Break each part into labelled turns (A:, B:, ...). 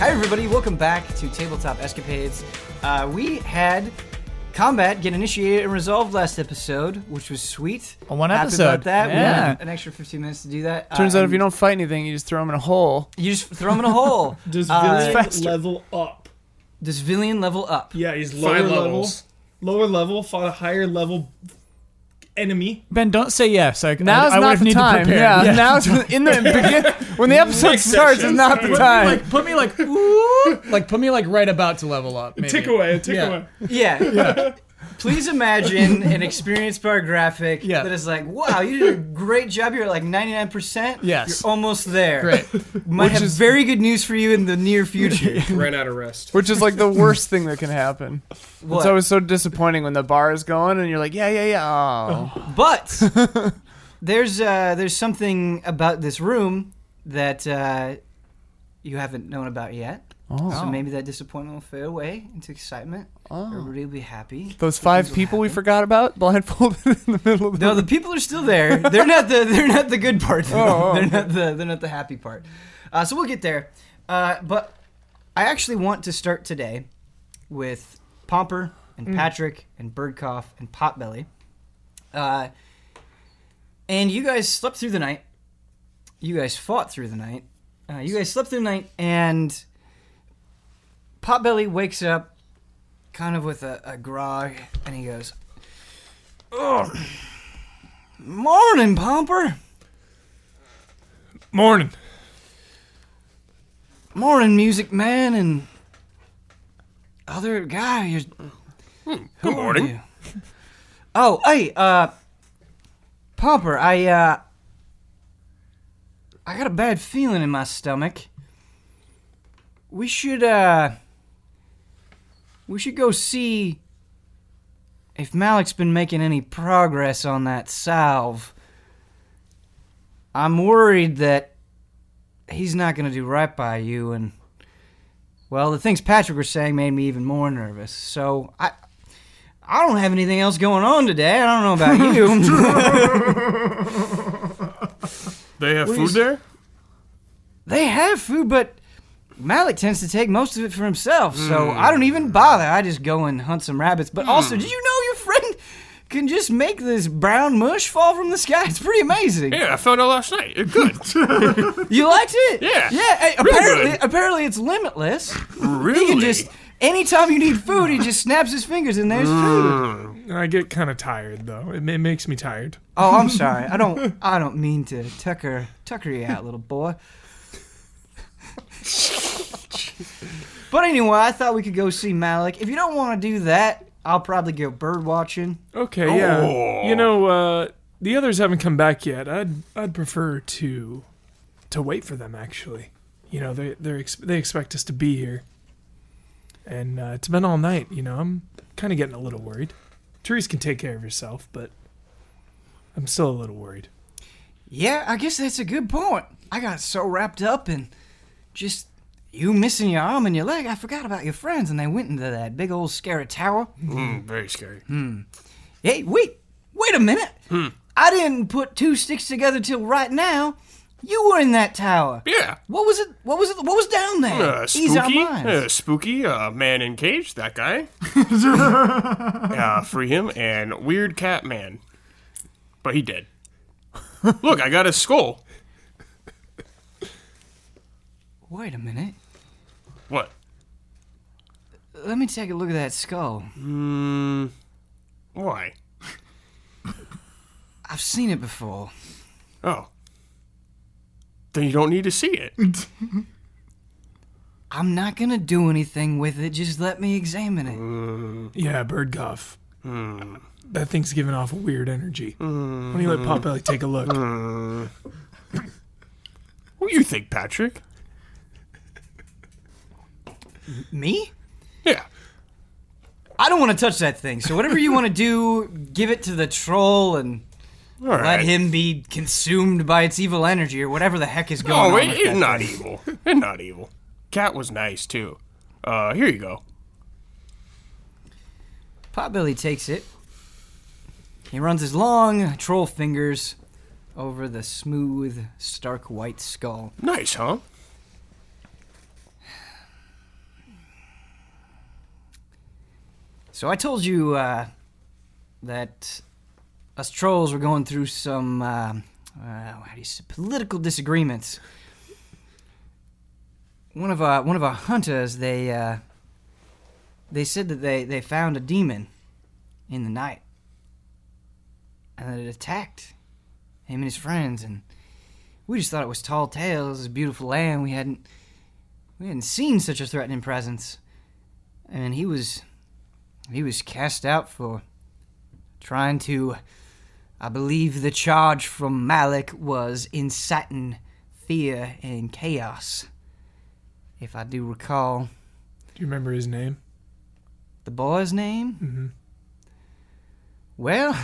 A: Hi, everybody. Welcome back to Tabletop Escapades. Uh, we had combat get initiated and resolved last episode, which was sweet.
B: On one
A: Happy
B: episode.
A: about that. We
B: Yeah.
A: had an extra 15 minutes to do that.
C: Turns out if you
B: Um,
A: don't,
C: don't fight anything, you just throw them in a hole.
A: you just throw him in a hole.
D: Does
A: Uh,
D: Villian
C: faster.
D: level up?
A: Does Villian level up?
D: Yeah, he's lower
E: Five
D: level.
E: levels.
D: Lower level fought a higher level enemy.
B: Ben, don't say yes. I,
C: Now's
B: I, I would
C: not
B: have
C: the
B: needed
C: time.
B: prepared.
C: Yeah, now's in the begin when the episode starts is not the time.
B: Like put me like ooh, like put me like right about to level up. Maybe.
D: Tick away, tick
B: Yeah.
D: away.
A: Yeah. Please imagine an experience bar graphic
B: Yeah.
A: that is like, wow, you did a great job. You're at like 99%.
B: Yes.
A: You're almost there.
B: Great.
A: Might
C: Which
A: have
C: is-
A: very good news for you in the near future.
E: Ran out of rest.
C: Which is like the worst thing that can happen.
A: What?
C: It's always so disappointing when the bar is going and you're like, yeah, yeah, yeah. Oh.
A: But there's uh, there's something about this room that uh, you haven't known about yet.
C: Oh.
A: So maybe that disappointment will fade away into excitement. Everybody will be happy.
C: Those five
A: Things will
C: people we
A: happen.
C: forgot about blindfolded in the middle of the
A: No, the people are still there. They're not the they're not the good part. though.
C: Oh, oh,
A: they're not the they're not the happy part. Uh, so we'll get there. Uh, but I actually want to start today with Pomper and Patrick and Birdcough and Potbelly. Uh, and you guys slept through the night. You guys fought through the night. Uh, you guys slept through the night, and Potbelly wakes up, kind of with a, a grog, and he goes, "Oh, morning, Pomper.
E: Morning.
A: Morning, Music Man, and other guy. You're,
E: Hmm. Good
A: are
E: morning.
A: you? Oh, hey, uh, Pomper, I, uh, I got a bad feeling in my stomach. We should, uh, we should go see if Malik's been making any progress on that salve. I'm worried that he's not going to do right by you, and, well, the things Patrick was saying made me even more nervous. So, I, I don't have anything else going on today. I don't know about you.
E: They have
C: Food there?
A: they have food, but Malik tends to take most of it for himself, so I don't even bother. I just go and hunt some rabbits. But also, did you know your friend can just make this brown mush fall from the sky? It's pretty amazing.
E: Yeah, I found out last night. It's good.
A: You liked it?
E: Yeah.
A: Yeah. hey,
E: Real
A: apparently,
E: good.
A: apparently it's limitless.
E: really?
A: You can just anytime you need food, he just snaps his fingers and there's
E: Mm.
A: food.
E: I get kind of tired though. It, ma- makes me tired.
A: Oh, I'm sorry. I don't. I don't mean to tucker tucker you out, little boy. but anyway, I thought we could go see Malik. If you don't want to do that, I'll probably go bird watching.
D: Okay,
E: Yeah. You know, uh, the others haven't come back yet. I'd I'd prefer to to wait for them actually. You know, they they ex- they expect us to be here. And uh, it's been all night, you know. I'm kind of getting a little worried. Therese can take care of herself, but I'm still a little worried.
A: Yeah, I guess that's a good point. I got so wrapped up in just you missing your arm and your leg, I forgot about your friends, and they went into that big old scary tower.
F: Hmm,
E: very scary.
A: Hey, wait, wait a minute.
F: Hmm.
A: I didn't put two sticks together till right now. You were in that tower.
F: Yeah.
A: What was it? What was it? What was down there?
F: Uh,
A: Ease our
F: spooky,
A: minds.
F: uh, spooky, uh, man in cage, that guy. uh, free him, and weird cat man. But he did. Look, I got his skull.
A: Wait a minute.
F: What?
A: Let me take a look at that skull.
F: Why?
A: I've seen it before.
F: Oh. Then you don't need to see it.
A: I'm not gonna do anything with it. Just let me examine it.
D: Yeah, bird cough. That thing's giving off a weird energy. Why don't you let Pop Belly take a look?
F: What do you think, Patrick? Uh.
A: Me?
F: Yeah.
A: I don't want to touch that thing. So whatever you want to do, give it to the troll and
F: All
A: let
F: right.
A: him be consumed by its evil energy or whatever the heck is going
F: Oh,
A: on.
F: it,
A: with
F: it's
A: that
F: not
A: thing.
F: evil. It's not evil. Cat was nice too. Uh, here you go.
A: Potbelly takes it. He runs his long troll fingers over the smooth, stark white skull.
F: Nice, huh?
A: So I told you uh, that us trolls were going through some um uh, how do you say, political disagreements. One of our one of our hunters they uh, they said that they, they found a demon in the night and that it attacked him and his friends and we just thought it was tall tales, this beautiful land. We hadn't we hadn't seen such a threatening presence. And he was he was cast out for trying to I believe the charge from Malik was inciting fear and chaos. If I do recall
E: Do you remember his name?
A: the boy's name? Mm-hmm. Well,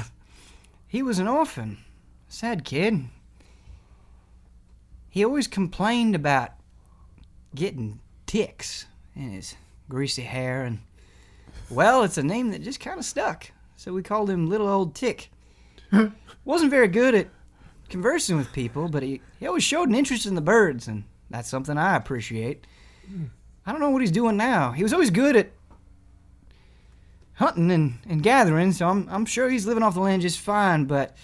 A: he was an orphan. Sad kid. He always complained about getting ticks in his greasy hair, and well, it's a name that just kind of stuck. So we called him Little Old Tick. Wasn't very good at conversing with people, but he, he always showed an interest in the birds, and that's something I appreciate. I don't know what he's doing now. He was always good at hunting and, and gathering, so I'm, I'm sure he's living off the land just fine, but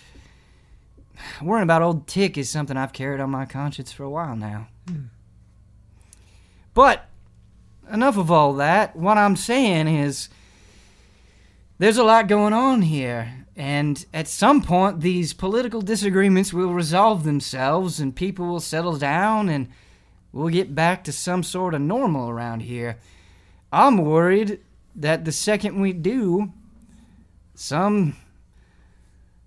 A: worrying about old Tick is something I've carried on my conscience for a while now. But enough of all that. What I'm saying is there's a lot going on here, and at some point, these political disagreements will resolve themselves, and people will settle down, and we'll get back to some sort of normal around here. I'm worried that the second we do, some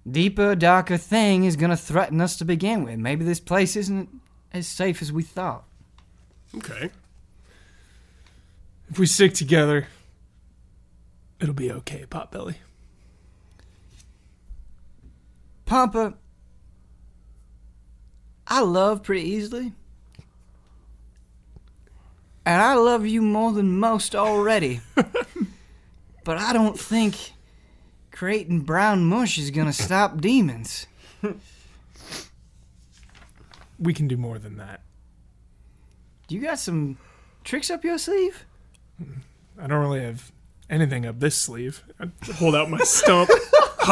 A: deeper, darker thing is going to threaten us to begin with. Maybe this place isn't as safe as we thought.
F: Okay.
E: If we stick together, it'll be okay, Potbelly.
A: Pompa, I love pretty easily. And I love you more than most already. but I don't think creating brown mush is going to stop demons.
E: We can do more than that.
A: You got some tricks up your sleeve?
E: I don't really have anything up this sleeve. I hold out my stump.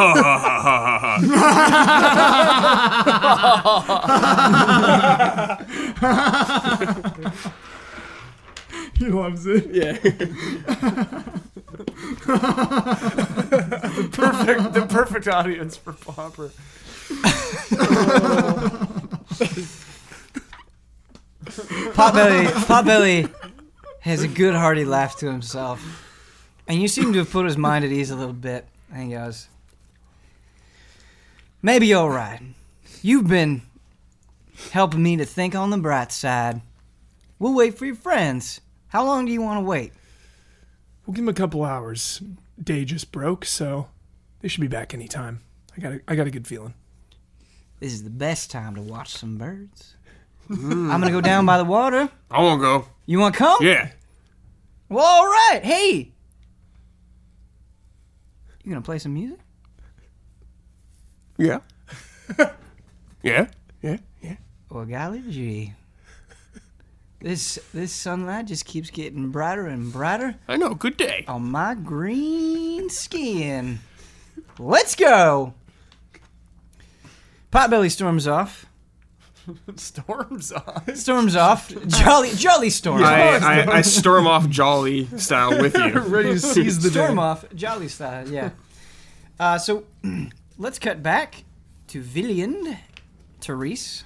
D: He loves it.
C: Yeah. the perfect, the perfect audience for Popper.
A: Potbelly, Potbelly has a good hearty laugh to himself. And you seem to have put his mind at ease a little bit. And he goes, Maybe you're right. You've been helping me to think on the bright side. We'll wait for your friends. How long do you want to wait?
E: We'll give him a couple hours. Day just broke, so they should be back anytime. I got a, I got a good feeling.
A: This is the best time to watch some birds. I'm going to go down by the water.
F: I won't go.
A: You want to come?
F: Yeah.
A: Well, all right. Hey. You going to play some music?
F: Yeah. yeah. Yeah.
A: Well, golly gee. This this sunlight just keeps getting brighter and brighter
F: I know. Good day.
A: on my green skin. Let's go. Potbelly storms off.
C: Storms on.
A: Storms off. Jolly jolly storm.
F: I, I, I storm off jolly style with you.
E: Ready to seize the
A: storm
E: day.
A: off. Jolly style. Yeah. uh, so let's cut back to Villian, Therese.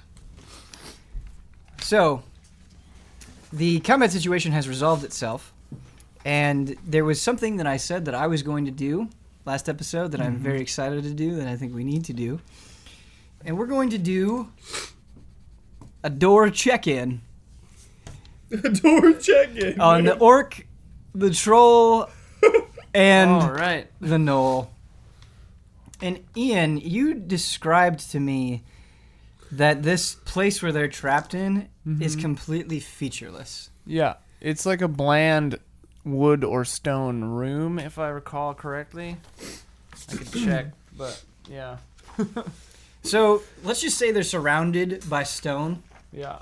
A: So the combat situation has resolved itself, and there was something that I said that I was going to do last episode that I'm
C: Mm-hmm.
A: very excited to do that I think we need to do, and we're going to do a door check-in
D: Door checking.
A: on the orc, the troll, and
C: All right.
A: the knoll. And Ian, you described to me that this place where they're trapped in is
C: Mm-hmm.
A: completely featureless.
C: Yeah, it's like a bland wood or stone room, if I recall correctly. I could check, but yeah,
A: So let's just say they're surrounded by stone.
C: yeah.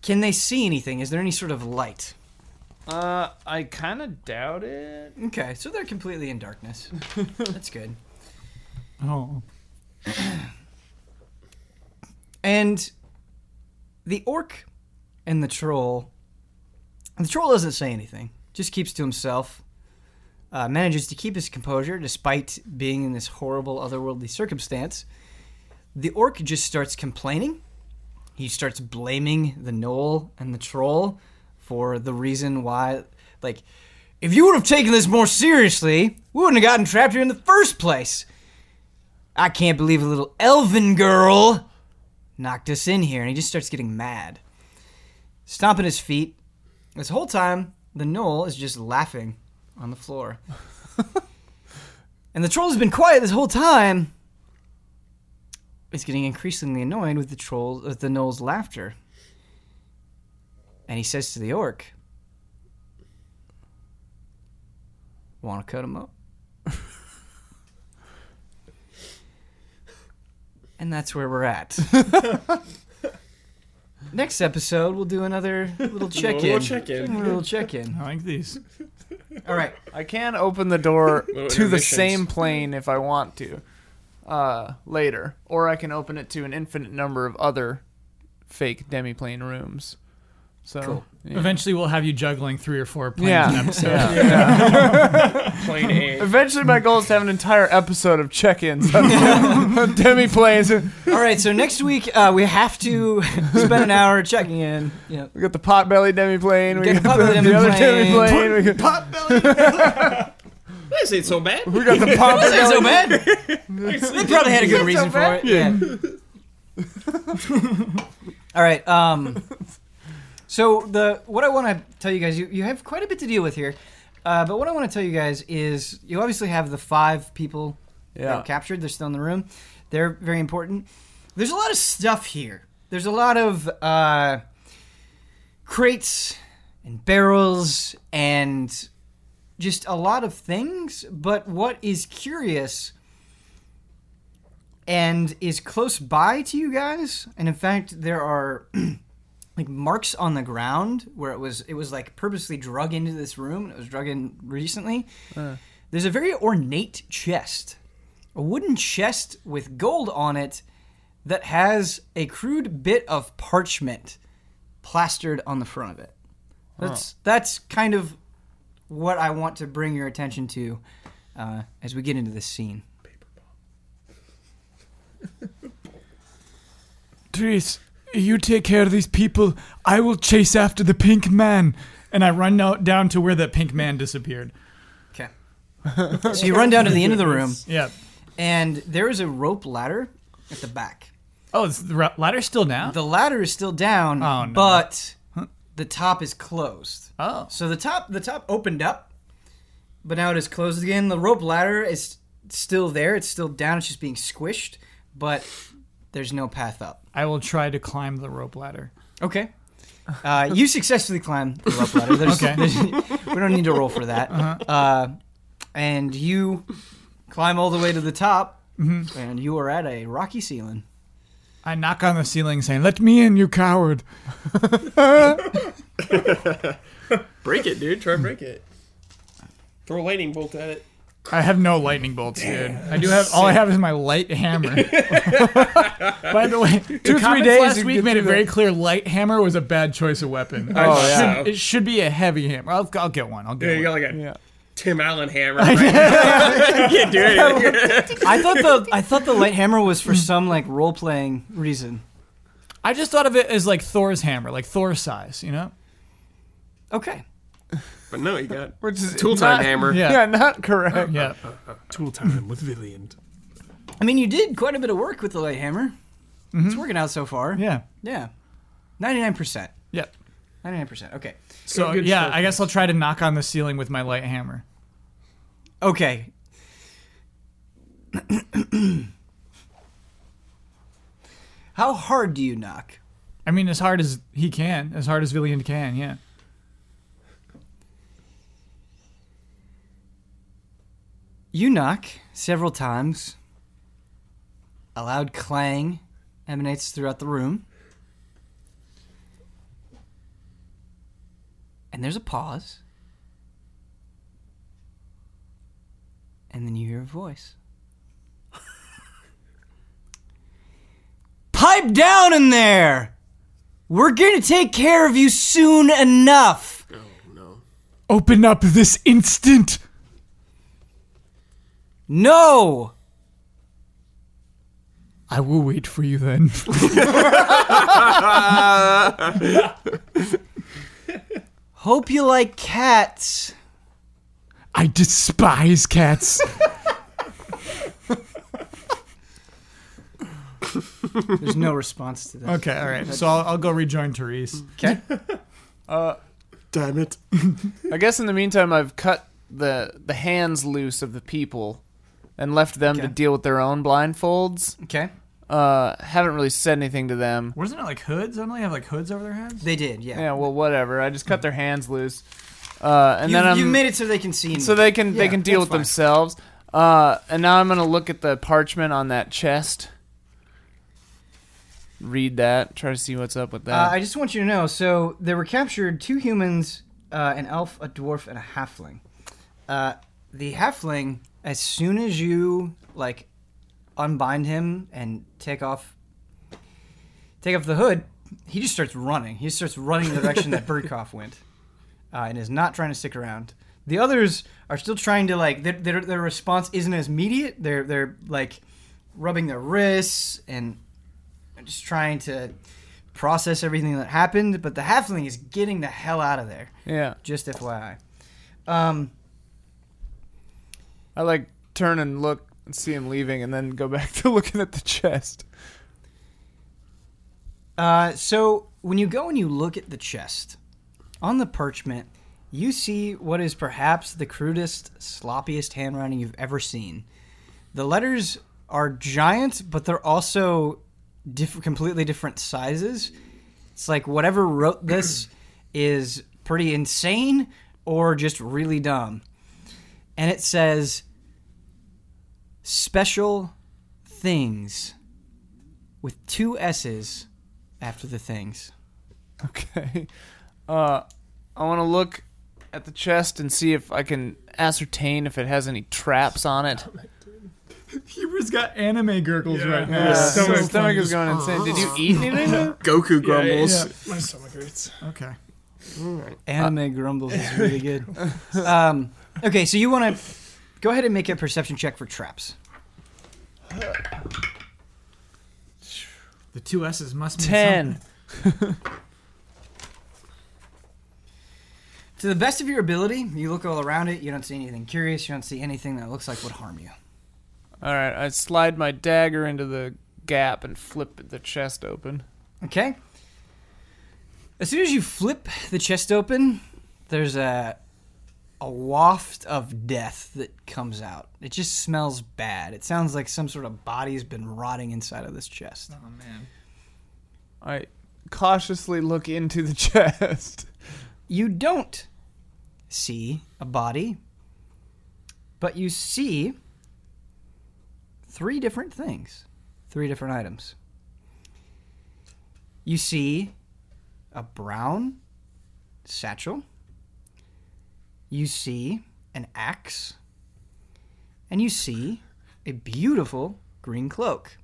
A: Can they see anything? Is there any sort of light?
C: Uh, I kind of doubt it.
A: Okay, so they're completely in darkness. That's good.
G: Oh.
A: And the orc and the troll. The troll doesn't say anything, just keeps to himself. Uh, manages to keep his composure despite being in this horrible otherworldly circumstance. The orc just starts complaining. He starts blaming the gnoll and the troll for the reason why. Like, if you would have taken this more seriously, we wouldn't have gotten trapped here in the first place. I can't believe a little elven girl knocked us in here. And he just starts getting mad, stomping his feet. This whole time, the knoll is just laughing on the floor. and the troll has been quiet this whole time. He's getting increasingly annoyed with the troll, with the knoll's laughter. And he says to the orc, Want to cut him up? and that's where we're at. Next episode, we'll do another little check in.
F: in.
A: Little check in.
G: I like these.
A: All right.
C: I can open the door
F: Little
C: to the
F: intermissions.
C: same plane if I want to uh, later, or I can open it to an infinite number of other fake demiplane rooms. So yeah.
B: Eventually, we'll have you juggling three or four planes
C: Yeah.
B: an episode.
F: Plane A.
C: eventually, my goal is to have an entire episode of check-ins of demiplanes.
A: All right. So next week, uh, we have to spend an hour checking in. Yep.
C: We got the potbelly demiplane. We
A: Get
C: got
A: the
C: the,
A: potbelly
C: the other
A: demiplane.
C: demiplane. We got,
F: This ain't so bad.
C: we got the
A: This
C: potbelly.
A: ain't so bad. they probably had a good reason for it. Yeah. All right. Um, so the what I want to tell you guys, you, you have quite a bit to deal with here, uh, but what I want to tell you guys is you obviously have the five people that
C: Yeah.
A: were captured. They're still in the room. They're very important. There's a lot of stuff here. There's a lot of uh, crates and barrels and just a lot of things. But what is curious and is close by to you guys. And in fact, there are like marks on the ground where it was it was like purposely drug into this room. And it was drug in recently. There's a very ornate chest, a wooden chest with gold on it that has a crude bit of parchment plastered on the front of it. That's that's kind of what I want to bring your attention to uh, as we get into this scene.
D: Therese, you take care of these people. I will chase after the pink man.
B: And I run out, down to where that pink man disappeared.
A: Okay. so you run down to the end of the room,
B: Yeah.
A: and there is a rope ladder at the back.
B: Oh, is the ra- ladder still down?
A: The ladder is still down,
B: Oh, no.
A: but the top is closed.
B: oh.
A: So the top the top opened up, but now it is closed again. The rope ladder is still there. It's still down. It's just being squished, but there's no path up.
B: I will try to climb the rope ladder.
A: Okay. Uh, you successfully climbed the rope ladder. There's,
B: Okay. Uh-huh.
A: there's- we don't need to roll for that. uh and you climb all the way to the top,
B: Mm-hmm.
A: and you are at a rocky ceiling.
B: I knock on the ceiling saying, Let me in, you coward.
F: Break it, dude. Try and break it. Throw a lightning bolt at it.
B: I have no lightning bolts, dude. I do have all I have is my light hammer. By the way, two
C: three days
B: three days last
C: you
B: week
C: get
B: made it
C: through
B: very clear light hammer was a bad choice of weapon. I
F: Oh,
B: should-
F: yeah.
B: it should be a heavy hammer. I'll, I'll get one. I'll get
F: Yeah, you
B: one.
F: got like a
C: Yeah.
F: Tim Allen hammer. Right? can't do anything.
A: I thought the I thought the light hammer was
B: Mm-hmm.
A: for some like role playing reason.
B: I just thought of it as like Thor's hammer, like Thor size, you know?
A: Okay.
F: But no, you got
C: Which is
F: tool time
C: not-
F: hammer.
B: Yeah.
C: Yeah, not correct.
B: Yeah.
D: Tool time with Villiant.
A: I mean, you did quite a bit of work with the light hammer. It's working out so far.
B: Mm-hmm. Yeah.
A: Yeah. Ninety nine percent.
B: Yeah.
A: Ninety nine percent. Okay.
B: So
F: good
B: yeah,
F: shot.
B: I guess I'll try to knock on the ceiling with my light hammer.
A: Okay. How hard do you knock?
B: I mean, as hard as he can, as hard as Villian can, yeah.
A: You knock several times. A loud clang emanates throughout the room. And there's a pause. And then you hear a voice. Pipe down in there! We're gonna take care of you soon enough!
D: Open up this instant.
A: No!
B: I will wait for you then.
A: Hope you like cats.
D: I despise cats.
A: There's no response to that.
B: okay, all right. So I'll, I'll go rejoin Therese.
G: Damn it.
C: I guess in the meantime, I've cut the the hands loose of the people and left them to
A: Okay.
C: deal with their own blindfolds.
A: Okay.
C: Uh, haven't really said anything to them.
B: Wasn't it like hoods? Don't they have like hoods over their heads?
A: They did, yeah.
C: Yeah, well, whatever. I just cut their hands loose, uh, and
A: you,
C: then I'm
A: you made it so they can see me.
C: so they can they
A: Yeah,
C: can deal
A: that's
C: with
A: fine.
C: themselves. Uh, and now I'm gonna look at the parchment on that chest. Read that. Try to see what's up with
A: Uh,
C: that.
A: I just want you to know. So there were captured two humans, uh, an elf, a dwarf, and a halfling. Uh, the halfling, as soon as you like unbind him and take off, take off the hood, he just starts running. He starts running in the direction that Birdcough went, uh, and is not trying to stick around. The others are still trying to like their their, their response isn't as immediate. They're they're like rubbing their wrists and just trying to process everything that happened, but the halfling is getting the hell out of there.
C: yeah,
A: Just FYI. Um,
C: I like turn and look and see him leaving, and then go back to looking at the chest.
A: uh, so when you go and you look at the chest, on the parchment, you see what is perhaps the crudest, sloppiest handwriting you've ever seen. The letters are giant, but they're also diff- completely different sizes. It's like whatever wrote this is pretty insane or just really dumb. And it says special things with two S's after the things.
C: Okay. Uh, I want to look at the chest and see if I can ascertain if it has any traps on it.
B: Huber's got anime gurgles right now.
C: Uh,
D: so
C: my
D: funny.
C: stomach is going insane. Did you eat anything?
F: Goku grumbles.
D: My stomach hurts.
B: Okay.
A: Anime grumbles is really good. um, okay, so you want to go ahead and make a perception check for traps.
B: The two S's must be
C: Ten.
A: To the best of your ability, you look all around it. You don't see anything curious. You don't see anything that looks like would harm you.
C: All right. I slide my dagger into the gap and flip the chest open.
A: Okay. As soon as you flip the chest open, there's a a waft of death that comes out. It just smells bad. It sounds like some sort of body's been rotting inside of this chest.
B: Oh man.
C: I cautiously look into the chest.
A: you don't see a body, but you see three different things, three different items. You see a brown satchel, you see an axe, and you see a beautiful green cloak.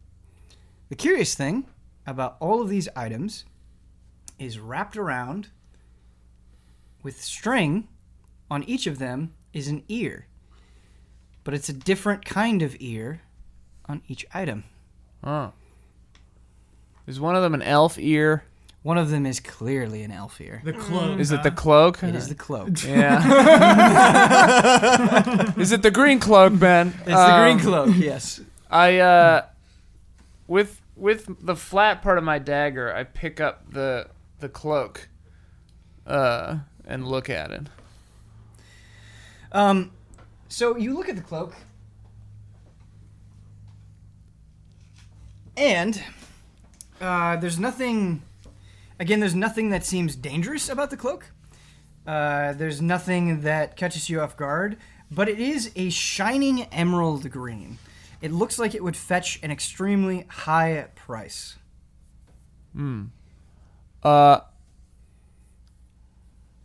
A: The curious thing about all of these items is wrapped around with string on each of them is an ear. But it's a different kind of ear on each item.
C: Huh. Is one of them an elf ear?
A: One of them is clearly an elf ear.
B: The clone.
C: Is it the cloak?
A: It is the cloak. It's
C: Yeah. is it the green cloak, Ben? It's
A: the green cloak, yes.
C: I uh with with the flat part of my dagger, I pick up the the cloak uh and look at it.
A: Um, so you look at the cloak, and uh, there's nothing. Again, there's nothing that seems dangerous about the cloak. Uh, there's nothing that catches you off guard, but it is a shining emerald green. It looks like it would fetch an extremely high price.
C: Uh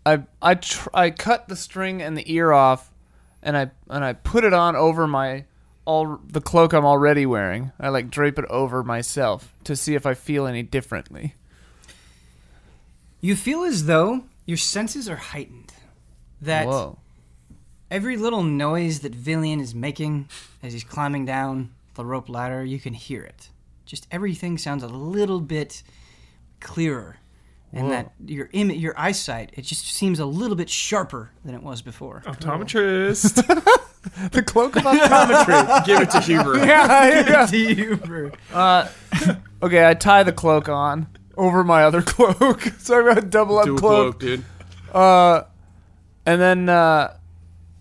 C: I I tr- I cut the string and the ear off, and I and I put it on over my all the cloak I'm already wearing. I like drape it over myself to see if I feel any differently.
A: You feel as though your senses are heightened. That
C: Whoa.
A: every little noise that Villian is making as he's climbing down the rope ladder, you can hear it. Just everything sounds a little bit clearer. And that your Im- your eyesight, it just seems a little bit sharper than it was before.
E: Optometrist.
C: The cloak of optometry.
F: Give it to Huber.
C: yeah,
H: Oh,
C: yeah.
A: Do you, bro?
C: Uh, okay, I tie the cloak on over my other cloak, so I got a double up
F: Do a
C: cloak.
F: cloak, dude.
C: Uh, and then uh,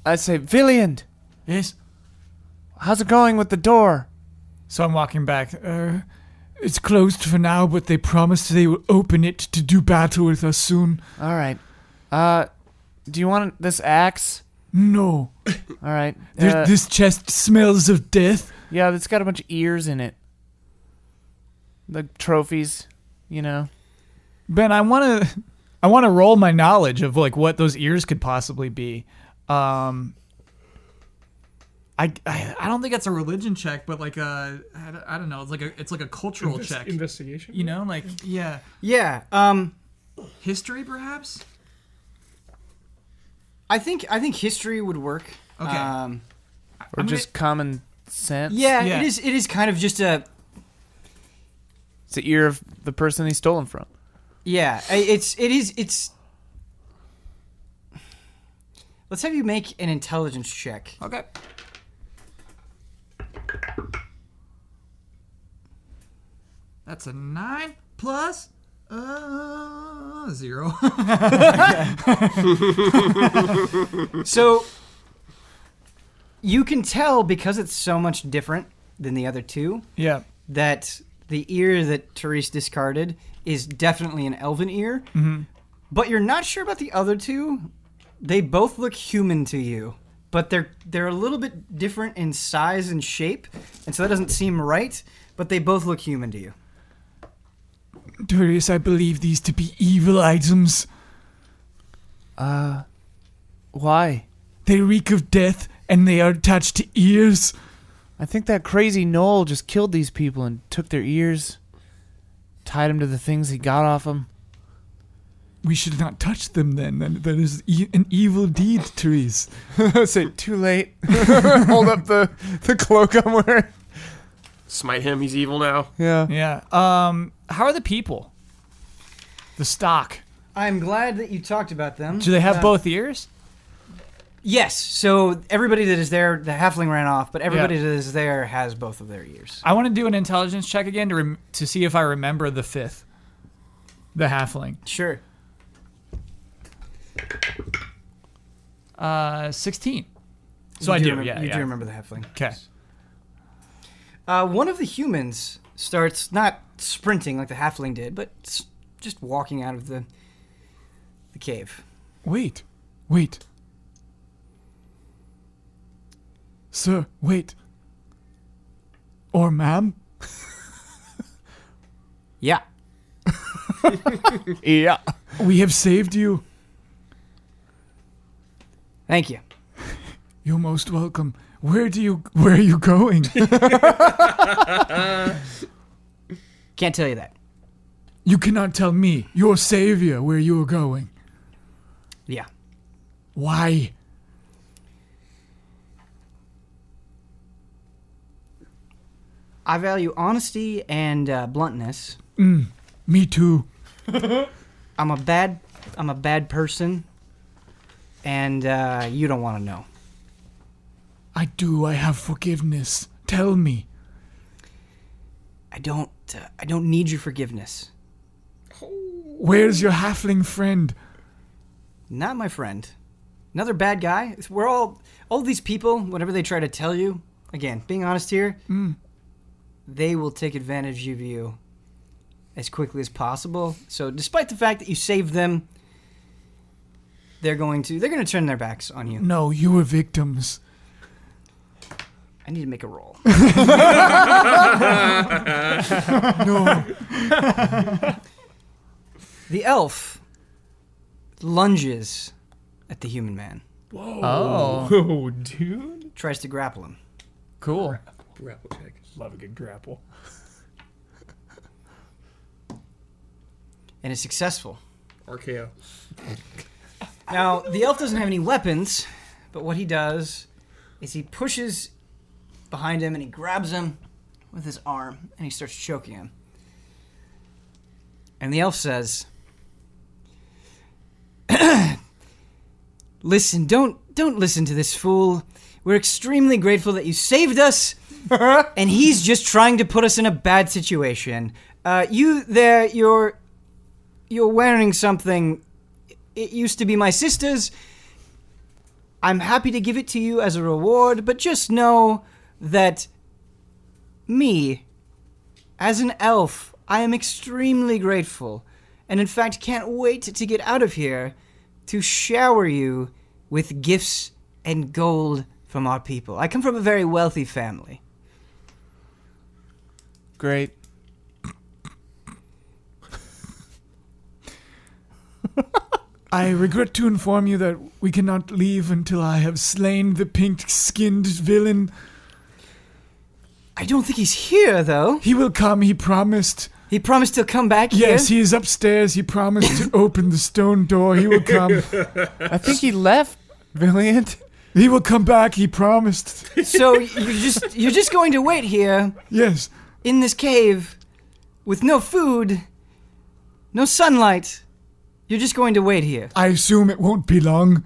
C: I say, Villiand,
B: Yes.
C: how's it going with the door?
B: So I'm walking back. Uh, it's closed for now, but they promised they will open it to do battle with us soon.
C: All right. Uh, do you want this axe?
B: No.
C: All right.
B: Th-
C: Uh,
B: this chest smells of death.
C: yeah, it's got a bunch of ears in it. The trophies, you know.
B: Ben, I want to I want to roll my knowledge of like what those ears could possibly be. Um I, I,
H: I don't think it's a religion check, but like a I don't- I don't know. It's like a it's like a cultural
E: Inves-
H: check.
E: Investigation.
H: you know, like yeah,
A: Yeah. Um.
H: history perhaps.
A: I think I think history would work.
H: Okay.
A: Um,
C: Or just common sense.
A: yeah,
H: Yeah.
A: It is. It is kind of just a.
C: It's the ear of the person he's stolen from.
A: Yeah. I- It's. It is. It's. Let's have you make an intelligence check.
H: Okay. That's a nine plus uh zero.
A: So you can tell because it's so much different than the other two
B: yeah.
A: that the ear that Therese discarded is definitely an elven ear.
B: Mm-hmm.
A: But you're not sure about the other two. They both look human to you, but they're they're a little bit different in size and shape, and so that doesn't seem right. But they both look human to you.
B: Darius, I believe these to be evil items.
C: Uh, why?
B: They reek of death and they are attached to ears.
C: I think that crazy Noel just killed these people and took their ears, tied them to the things he got off them.
B: We should not touch them then. That, that is e- an evil deed, Therese.
C: Say too late. Hold up the the cloak I'm wearing.
F: Smite him. He's evil now.
C: Yeah.
B: Yeah. Um, how are the people? The stock.
A: I'm glad that you talked about them.
B: Do they have
A: Uh,
B: both ears?
A: Yes. So everybody that is there, the halfling ran off, but everybody that is there has both of their ears.
B: I want to do an intelligence check again to rem- to see if I remember the fifth, the halfling.
A: Sure.
B: Uh, sixteen. So
A: You
B: I do.
A: remem-
B: yeah.
A: you
B: yeah.
A: do remember the halfling.
B: Okay.
A: Uh, one of the humans starts not sprinting like the halfling did, but s- just walking out of the the cave.
B: Wait, wait. Sir, wait. Or ma'am?
A: Yeah.
C: Yeah.
B: We have saved you.
A: Thank you.
B: You're most welcome. Where do you where are you going?
A: Can't tell you that.
B: you cannot tell me, your savior, where you are going.
A: Yeah.
B: Why?
A: I value honesty and uh, bluntness.
B: Me too.
A: I'm a bad I'm a bad person, and uh, you don't want to know.
B: I do. I have forgiveness. Tell me.
A: I don't uh, I don't need your forgiveness.
B: Where's your halfling friend?
A: Not my friend. Another bad guy. It's- We're all all these people. Whatever they try to tell you, again, being honest here, they will take advantage of you as quickly as possible. So, despite the fact that you saved them, they're going to they're going to turn their backs on you.
B: No, you were victims.
A: I need to make a roll.
B: No.
A: the elf lunges at the human man.
E: Whoa.
C: Oh.
E: Whoa, dude.
A: Tries to grapple him.
C: Cool.
E: Grapple check. Love a good grapple.
A: and is successful.
E: RKO.
A: Now, the elf doesn't have any weapons, but what he does is he pushes behind him and he grabs him with his arm and he starts choking him. And the elf says, "Listen, don't don't listen to this fool. We're extremely grateful that you saved us, and he's just trying to put us in a bad situation. Uh, you there, you're you're wearing something. It used to be my sister's. I'm happy to give it to you as a reward, but just know that me, as an elf, I am extremely grateful, and in fact can't wait to get out of here to shower you with gifts and gold from our people. I come from a very wealthy family.
C: Great.
B: I regret to inform you that we cannot leave until I have slain the pink-skinned villain.
A: I don't think he's here, though.
B: He will come. He promised.
A: He promised he'll come back
B: Yes,
A: here.
B: he is upstairs. He promised to open the stone door. He will come.
C: I think he left. Brilliant.
B: He will come back. He promised.
A: so you're just you're just going to wait here
B: Yes.
A: in this cave with no food, no sunlight. You're just going to wait here.
B: I assume it won't be long.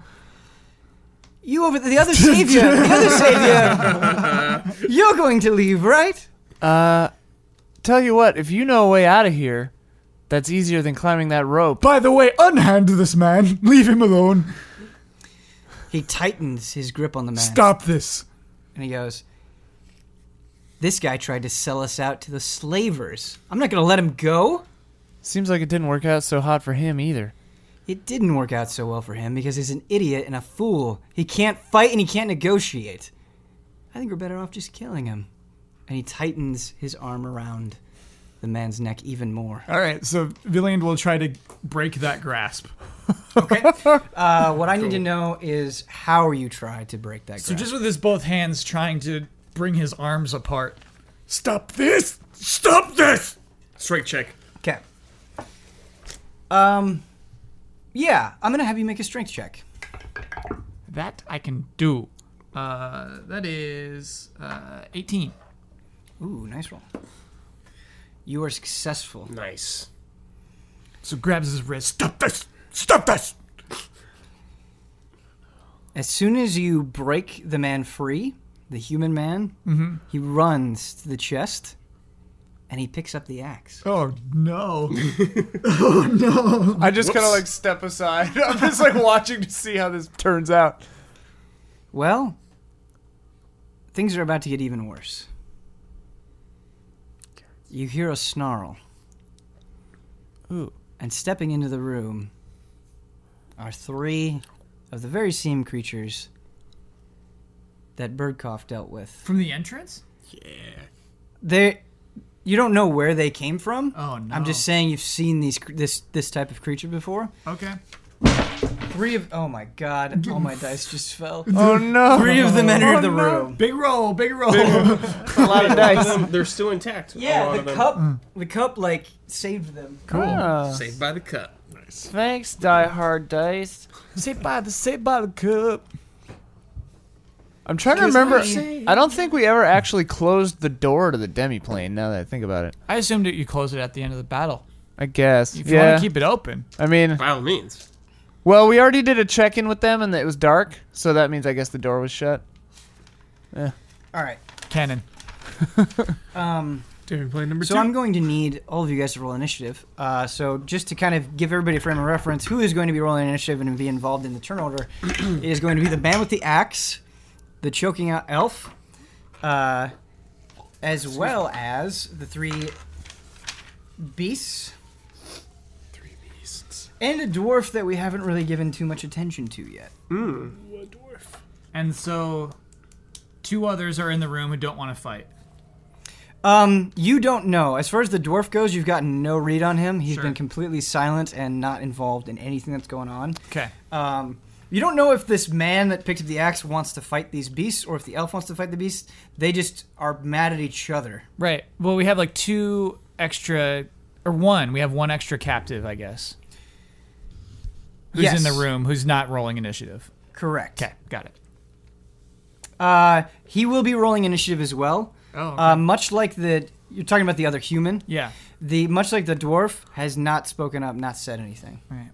A: You over the other savior, the other savior. You're going to leave, right?
C: Uh, tell you what, if you know a way out of here, that's easier than climbing that rope.
B: By the way, unhand this man. Leave him alone.
A: He tightens his grip on the man.
B: Stop this.
A: And he goes, "This guy tried to sell us out to the slavers. I'm not going to let him go."
C: Seems like it didn't work out so hot for him either.
A: It didn't work out so well for him because he's an idiot and a fool. He can't fight and he can't negotiate. I think we're better off just killing him. And he tightens his arm around the man's neck even more.
B: All right, so Villian will try to break that grasp.
A: Uh, what I need to know is how you try to break that.
B: Ah, So
A: grasp.
B: just with his both hands trying to bring his arms apart.
D: Stop this! Stop this! Straight check.
A: Okay. Um, yeah, I'm gonna have you make a strength check.
B: That I can do.
H: Uh, that is uh,
B: 18.
A: Ooh, nice roll. You are successful.
F: Nice.
B: So grabs his wrist.
D: Stop this! Stop this!
A: As soon as you break the man free, the human man, he runs to the chest, and he picks up the axe.
B: Oh no.
C: I just kind of like step aside. I'm just like watching to see how this turns out.
A: Well, things are about to get even worse. You hear a snarl.
C: Ooh.
A: And stepping into the room are three of the very same creatures that Birdcough dealt with.
H: from the entrance.
A: They, you don't know where they came from.
H: Oh no!
A: I'm just saying you've seen these cr- this this type of creature before.
H: okay.
A: Three of oh my god, all my dice just fell.
C: Oh no!
A: Three of them entered
C: Oh,
A: the
C: no.
A: room.
B: Big roll, big roll.
C: A lot of dice.
F: Um, they're still intact. A lot
A: Yeah,
F: of
A: the
F: them.
A: cup,
C: Mm.
A: the cup like saved them.
C: Ah,
F: Saved by the cup.
C: thanks, Die Hard Dice.
B: say by the say by the cup.
C: I'm trying to remember. I don't think we ever actually closed the door to the demiplane. Now that I think about it,
I: I assumed that you close it at the end of the battle.
C: I guess.
B: If you
C: yeah.
B: want to keep it open.
C: I mean,
F: By all means.
C: well, we already did a check-in with them, and it was dark, so that means I guess the door was shut.
A: All right.
B: Cannon.
A: Um,
E: Demi play number
A: so
E: two.
A: I'm going to need all of you guys to roll initiative. Uh, so just to kind of give everybody a frame of reference, who is going to be rolling initiative and be involved in the turn order is going to be the man with the axe, the choking out elf, uh, as well as the three beasts. And a dwarf that we haven't really given too much attention to yet.
I: And so, two others are in the room who don't want to fight.
A: Um, you don't know. As far as the dwarf goes, you've gotten no read on him. He's been completely silent and not involved in anything that's going on.
B: Okay.
A: Um, you don't know if this man that picked up the axe wants to fight these beasts or if the elf wants to fight the beasts. They just are mad at each other.
B: Right. Well, we have like two extra, or one. We have one extra captive, I guess. Who's
A: Yes.
B: in the room? Who's not rolling initiative?
A: Correct.
B: Okay, got it.
A: Uh, he will be rolling initiative as well.
B: Oh, okay.
A: Uh, much like the you're talking about the other human.
B: Yeah.
A: The much like the dwarf has not spoken up, not said anything.
B: Right.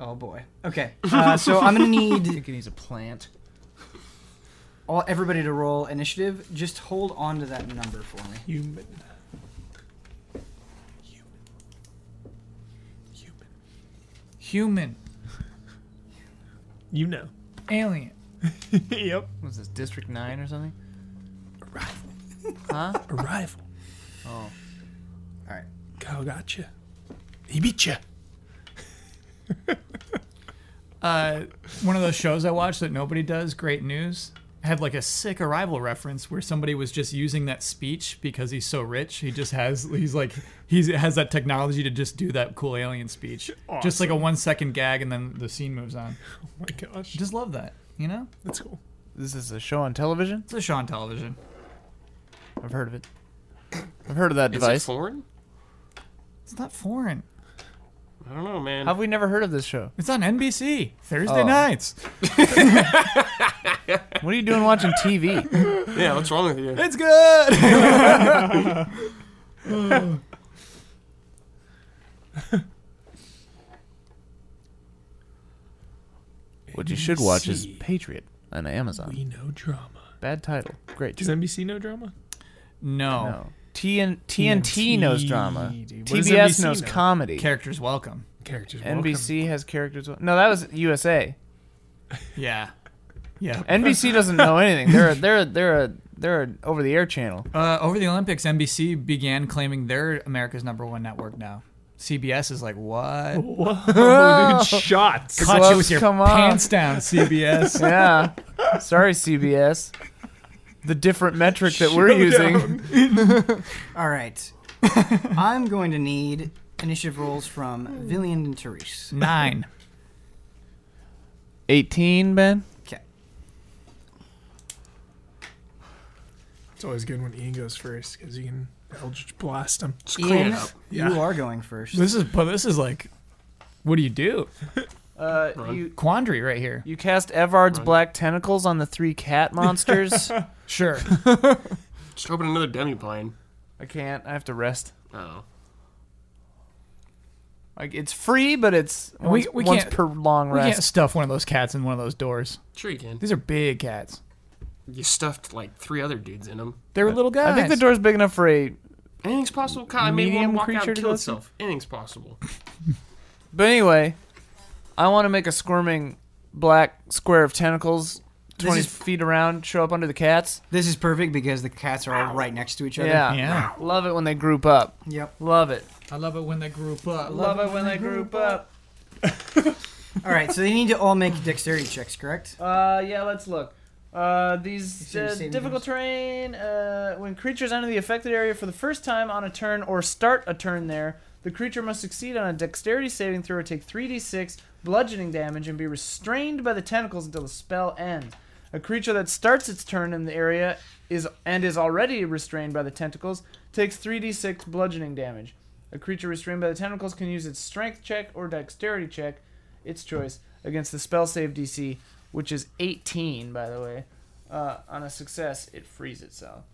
A: Oh boy. Okay. Uh, so I'm gonna need.
J: I think he needs a plant.
A: all everybody to roll initiative. Just hold on to that number for me.
E: Human.
B: Human,
E: You know.
B: alien.
E: yep.
J: What's this, District 9 or something?
E: Huh? A rival.
J: Oh.
A: Alright.
E: Kyle got you. He beat you.
B: uh, one of those shows I watched that nobody does, Great News, had like a sick arrival reference where somebody was just using that speech because he's so rich. He just has, he's like, he has that technology to just do that cool alien speech. Just like a
E: Awesome.
B: one second gag and then the scene moves on.
E: Oh my gosh.
B: Just love that, you know?
E: That's cool.
C: This is a show on television.
B: It's a show on television.
C: I've heard of it. I've heard of that device.
F: Is it foreign?
B: It's not foreign.
F: I don't know, man.
C: How have we never heard of this show?
B: It's on NBC Thursday
C: Oh.
B: nights.
C: What are you doing watching TV?
F: yeah, what's wrong with you?
B: It's good.
C: What you should watch is Patriot on Amazon.
E: We know drama.
C: Bad title. Great.
E: Does NBC know drama?
B: no.
C: No. TN- TNT knows drama.
E: dude. What does
C: TBS
E: NBC
C: knows
E: know?
C: comedy.
B: Characters welcome.
E: Characters. welcome.
C: NBC has characters. No, that was USA.
B: Yeah. Yeah.
C: NBC doesn't know anything. They're a, they're a, they're a, they're an over the air channel.
B: Uh, over the Olympics, NBC began claiming they're America's number one network now. CBS is like, what?
E: Whoa, dude, shots.
B: Caught you
C: gloves
B: with your
C: come off.
B: pants down, CBS.
C: Yeah. Sorry, CBS. The different metric that we're using.
A: All right. I'm going to need initiative rolls from Villian and Therese.
B: Nine.
C: 18, Ben.
A: Okay.
E: It's always good when Ian goes first because you can Eldritch blast him.
F: Let's clean
A: Ian,
F: it up.
A: you are going first.
B: This is, but this is like, what do you do?
C: Uh,
F: Run.
C: you
B: Quandary right here.
C: you cast Evard's black tentacles on the three cat monsters.
B: Sure.
F: Just open another demiplane.
C: I can't. I have to rest.
F: Oh.
C: Like it's free, but it's
B: We-
C: once,
B: we
C: once
B: can't-
C: per long
B: We can't
C: rest.
B: stuff one of those cats in one of those doors.
F: Sure you can.
B: These are big cats.
F: You stuffed like three other dudes in them.
B: They were little guys.
C: I think the door's big enough for a.
F: Anything's possible. Kyle, I made
C: Medium
F: one walk out
C: creature
F: and
C: to
F: kill
C: go
F: itself. Anything's possible.
C: But anyway, I want to make a squirming black square of tentacles,
A: This
C: twenty
A: is-
C: feet around, show up under the cats.
A: This is perfect because the cats are all right next to each other.
C: Yeah.
B: Yeah.
C: Love it when they group up.
A: Yep.
C: Love it.
I: I love it when they group up.
C: Love it when they group up.
A: All right. So they need to all make dexterity checks, correct?
C: Uh, yeah, let's look. Uh, these
A: You see the
C: uh,
A: same
C: difficult
A: ones?
C: terrain. Uh, when creatures enter the affected area for the first time on a turn or start a turn there, the creature must succeed on a dexterity saving throw or take 3d6 bludgeoning damage and be restrained by the tentacles until the spell ends. A creature that starts its turn in the area is and is already restrained by the tentacles takes 3d6 bludgeoning damage. A creature restrained by the tentacles can use its strength check or dexterity check, its choice, against the spell save DC, which is 18, by the way. Uh, on a success, it frees itself.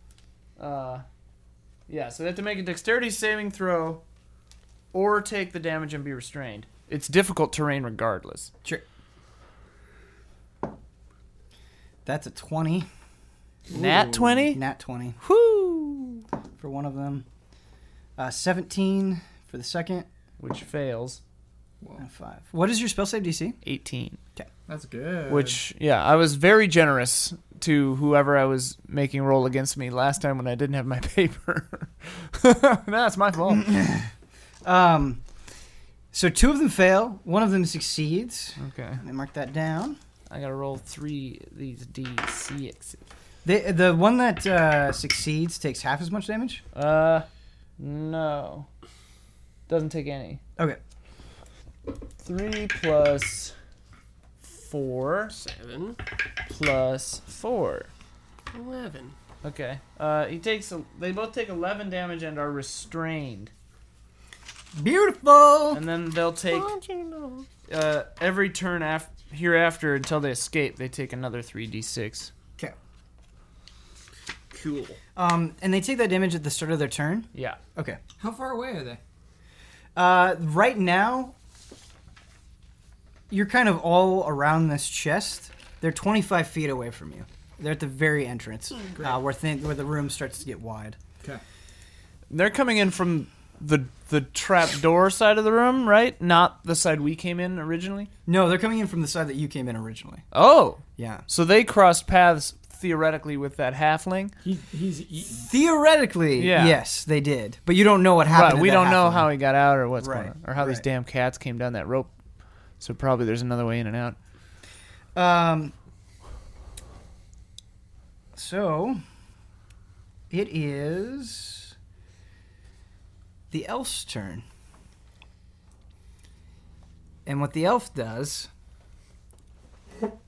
C: Uh, yeah, so they have to make a dexterity saving throw or take the damage and be restrained. It's difficult terrain regardless.
A: Sure. That's a twenty.
C: Nat 20?
A: Nat twenty
C: Whoo!
A: for one of them. Uh, Seventeen for the second.
C: Which fails.
A: And five. What is your spell save DC?
C: 18.
I: That's good.
C: Which, yeah, I was very generous to whoever I was making roll against me last time when I didn't have my paper. no, it's my fault.
A: Um, so two of them fail, one of them succeeds.
C: Okay.
A: Let me mark that down.
C: I gotta roll three of these D6.
A: They, the one that uh, succeeds takes half as much damage.
C: Uh, no. Doesn't take any.
A: Okay.
C: Three plus four. Seven. Plus four.
F: Eleven.
C: Okay. Uh, he takes. A, they both take eleven damage and are restrained.
A: Beautiful.
C: And then they'll take uh, every turn af- hereafter until they escape. They take another three d six.
A: Okay.
F: Cool.
A: Um, and they take that damage at the start of their turn.
C: Yeah.
A: Okay.
H: How far away are they?
A: Uh, right now, you're kind of all around this chest. They're 25 feet away from you. They're at the very entrance, uh, where th- where the room starts to get wide.
H: Okay.
C: They're coming in from the the trap door side of the room, right? Not the side we came in originally.
A: No, they're coming in from the side that you came in originally.
C: Oh.
A: Yeah.
C: So they crossed paths theoretically with that halfling.
E: He, he's eaten.
A: Theoretically,
C: Yeah.
A: yes, they did, but you don't know what happened.
C: Right.
A: to
C: We
A: that
C: don't know
A: halfling.
C: how he got out or what's
A: Right,
C: going on or how these damn cats came down that rope. So probably there's another way in and out.
A: Um. So, it is the elf's turn, and what the elf does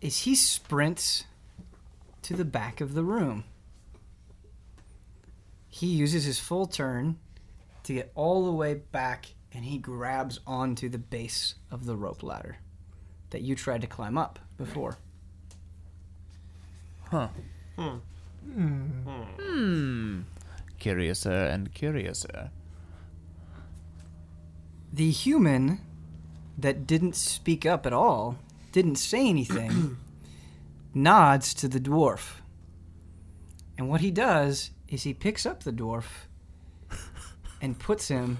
A: is he sprints to the back of the room. He uses his full turn to get all the way back, and he grabs onto the base of the rope ladder that you tried to climb up before.
C: Huh.
F: Hmm.
C: Hmm. Curiouser and curiouser.
A: The human that didn't speak up at all, didn't say anything, nods to the dwarf. And what he does is he picks up the dwarf and puts him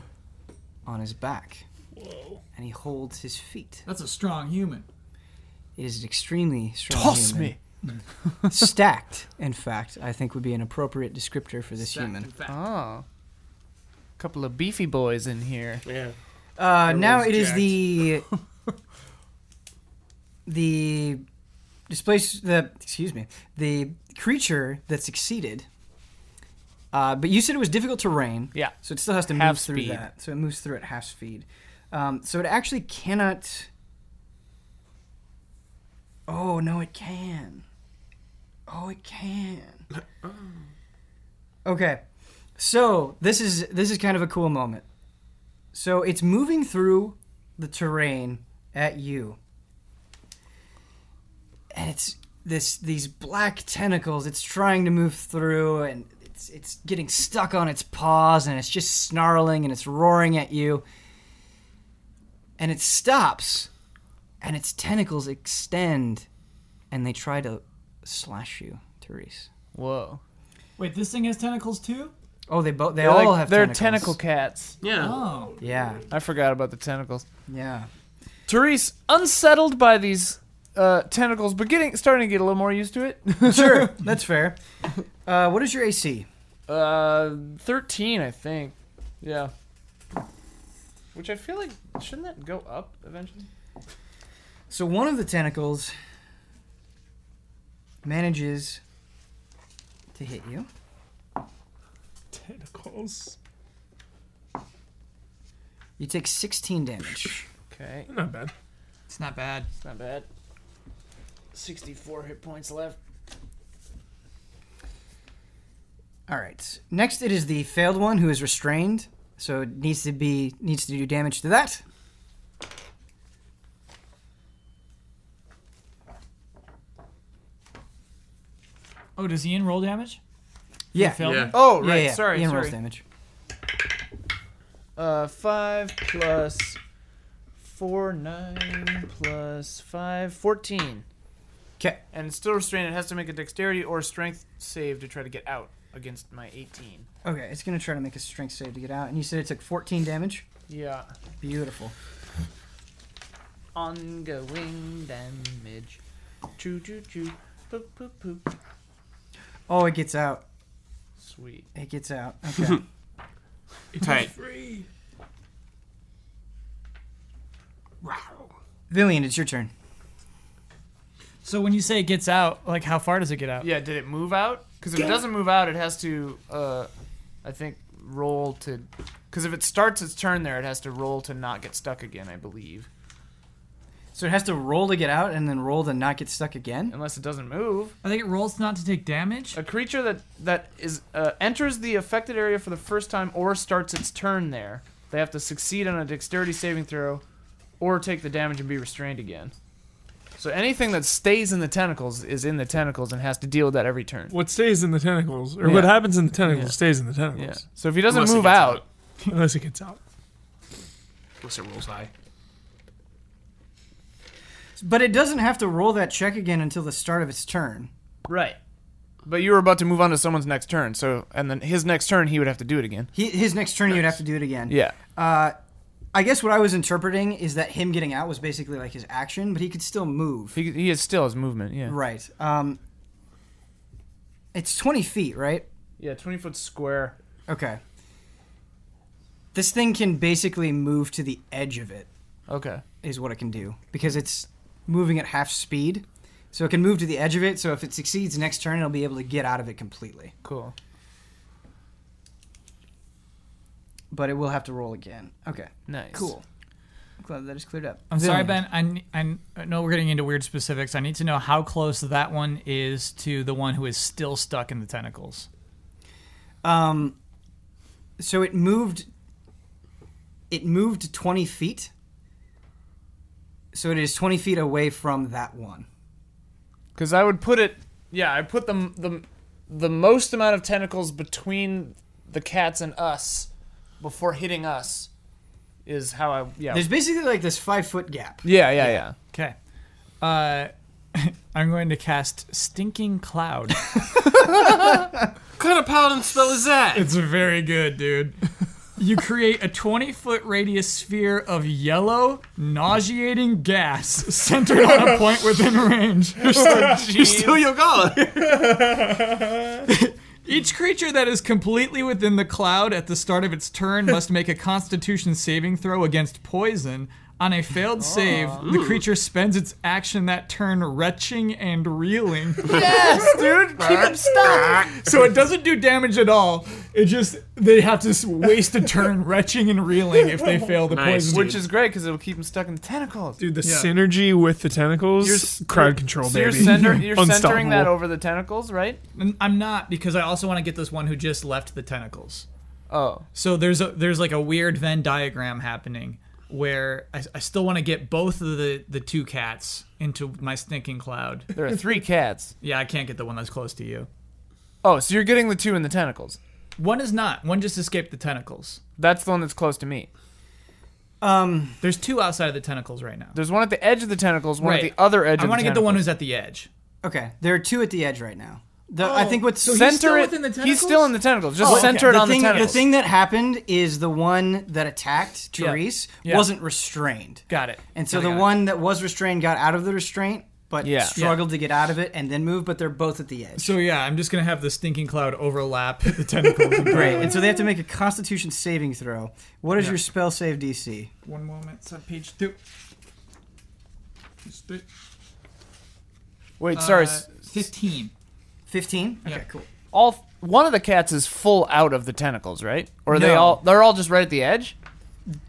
A: on his back. Whoa. And he holds his feet.
H: That's a strong human.
A: It is an extremely strong
H: Toss
A: human.
H: me.
A: Stacked, in fact, I think would be an appropriate descriptor for this human.
C: Oh. Couple of beefy boys in here.
F: Yeah.
A: Uh, now it
C: Everyone's
A: is the the displace the excuse me the creature that succeeded. Uh, but you said it was difficult terrain.
C: Yeah.
A: So it still has to
C: Half
A: move through
C: speed.
A: that. So it moves through at half speed. Um, so it actually cannot. Oh no, it can. Oh, it can. Okay. So this is this is kind of a cool moment. So it's moving through the terrain at you. And it's this these black tentacles, it's trying to move through and it's it's getting stuck on its paws and it's just snarling and it's roaring at you. And it stops and its tentacles extend and they try to slash you, Therese.
C: Whoa.
H: Wait, this thing has tentacles too?
A: Oh, they both they
C: They're
A: all
C: like-
A: have
C: they're
A: tentacles.
C: tentacle cats.
F: Yeah.
H: Oh.
A: Yeah.
C: I forgot about the tentacles.
A: Yeah.
C: Therese, unsettled by these uh, tentacles, but getting starting to get a little more used to it.
A: sure, that's fair. Uh, what is your AC?
C: Uh, thirteen, I think. Yeah. Which I feel like shouldn't that go up eventually?
A: So one of the tentacles manages to hit you.
E: tentacles.
A: You take 16 damage.
C: Okay.
E: Not bad.
H: It's not bad.
C: It's not bad. Sixty-four hit points left.
A: All right. Next, it is the failed one who is restrained, so it needs to be needs to do damage to that.
H: Oh, does Ian roll damage?
A: Yeah.
H: He failed it?
C: Oh
A: Yeah,
C: right,
A: yeah.
C: sorry,
A: Ian
C: sorry.
A: rolls damage.
C: Uh, five plus four, nine plus five, fourteen.
A: 'Kay.
C: And it's still restrained. It has to make a dexterity or strength save to try to get out against my eighteen.
A: Okay, it's gonna try to make a strength save to get out, and you said it took 14 damage.
C: Yeah.
A: Beautiful.
C: Ongoing damage. Choo choo choo. Poop poop poop.
A: Oh, it gets out.
C: Sweet.
A: It gets out. Okay.
F: It's Tight.
E: free.
A: Villian, it's your turn.
H: So when you say it gets out, like how far does it get out?
C: Yeah, did it move out? Because if it doesn't move out, it has to, uh, I think, roll to. Because if it starts its turn there, it has to roll to not get stuck again, I believe.
A: So it has to roll to get out and then roll to not get stuck again?
C: Unless it doesn't move.
H: I think it rolls not to take damage.
F: Uh,
C: A creature that that is uh, enters the affected area for the first time or starts its turn there, they have to succeed on a dexterity saving throw, or take the damage and be restrained again. So anything that stays in the tentacles is in the tentacles and has to deal with that every turn.
E: What stays in the tentacles, or what
C: Yeah.
E: happens in the tentacles,
C: Yeah.
E: stays in the tentacles.
C: Yeah. So if he doesn't move out-
E: unless it gets out.
F: Unless it rolls high.
A: But it doesn't have to roll that check again until the start of its turn.
C: Right. But you were about to move on to someone's next turn, so and then his next turn he would have to do it again.
A: He, his next turn, you'd have to do it again.
C: Yeah.
A: Uh, I guess what I was interpreting is that him getting out was basically like his action, but he could still move.
C: He, he is still has movement, yeah.
A: Right. Um, it's 20 feet, right?
C: Yeah, 20 foot square.
A: Okay. This thing can basically move to the edge of it.
C: Okay.
A: Is what it can do because it's moving at half speed. So it can move to the edge of it. So if it succeeds next turn, it'll be able to get out of it completely.
C: Cool.
A: But it will have to roll again. Okay.
C: Nice.
A: Cool. I'm glad that is cleared up.
B: I'm sorry,
A: Zillion.
B: Ben. I, n- I n- I know we're getting into weird specifics. I need to know how close that one is to the one who is still stuck in the tentacles.
A: Um, so it moved. It moved twenty feet. So it is twenty feet away from that one.
C: Because I would put it, yeah, I put the the the most amount of tentacles between the cats and us before hitting us is how I yeah.
A: There's basically like this five foot gap.
C: yeah, yeah, yeah.
B: Okay. Uh, I'm going to cast Stinking Cloud.
F: kind of paladin spell is that?
B: It's very good, dude. You create a 20 foot radius sphere of yellow, nauseating gas centered on a point within range.
F: You're still- you're still
B: Each creature that is completely within the cloud at the start of its turn must make a constitution saving throw against poison. On a failed save, the
F: Ooh.
B: creature spends its action that turn retching and reeling.
F: Yes, dude. Keep him stuck.
B: So it doesn't do damage at all. It just they have to s- waste a turn retching and reeling if they fail the poison,
C: which is great because it'll keep them stuck in the tentacles.
E: Dude, the
C: Yeah.
E: synergy with the tentacles,
C: You're s-
E: crowd control,
C: so
E: baby.
C: You're, center, you're centering
E: Unstoppable.
C: that over the tentacles, right?
B: N- I'm not because I also want to get this one who just left the tentacles.
C: Oh.
B: So there's a there's like a weird Venn diagram happening where I, I still want to get both of the the two cats into my stinking cloud.
C: There are three cats.
B: Yeah, I can't get the one that's close to you.
C: Oh, so you're getting the two in the tentacles.
B: One is not. One just escaped the tentacles.
C: That's the one that's close to me.
A: Um,
B: there's two outside of the tentacles right now.
C: There's one at the edge of the tentacles, one
B: Right.
C: at the other edge
B: I
C: of the
B: want to get the one
C: tentacles.
B: who's at the edge.
A: Okay, there are two at the edge right now. The,
B: Oh,
A: I think what's
C: center it. he's still in the tentacles. Just
A: Oh,
C: center
A: okay.
C: it on
A: thing,
C: the tentacles.
A: thing that happened is the one that attacked
C: Yeah.
A: Therese
C: Yeah.
A: wasn't restrained.
B: Got it.
A: And so
B: Got it,
A: the
B: got it.
A: one that was restrained got out of the restraint, but
B: Yeah.
A: struggled to get out of it and then moved. But they're both at the edge.
B: So yeah, I'm just gonna have the stinking cloud overlap the tentacles.
A: Great. And so they have to make a Constitution saving throw. What is
B: Yeah.
A: your spell save DC?
B: One moment, it's on page two. Just do-
C: Wait, sorry.
B: Uh,
C: s-
B: 15.
A: 15? Okay, cool.
C: all one of the cats is full out of the tentacles, right? Or are they
A: No.
C: all they're all just right at the edge?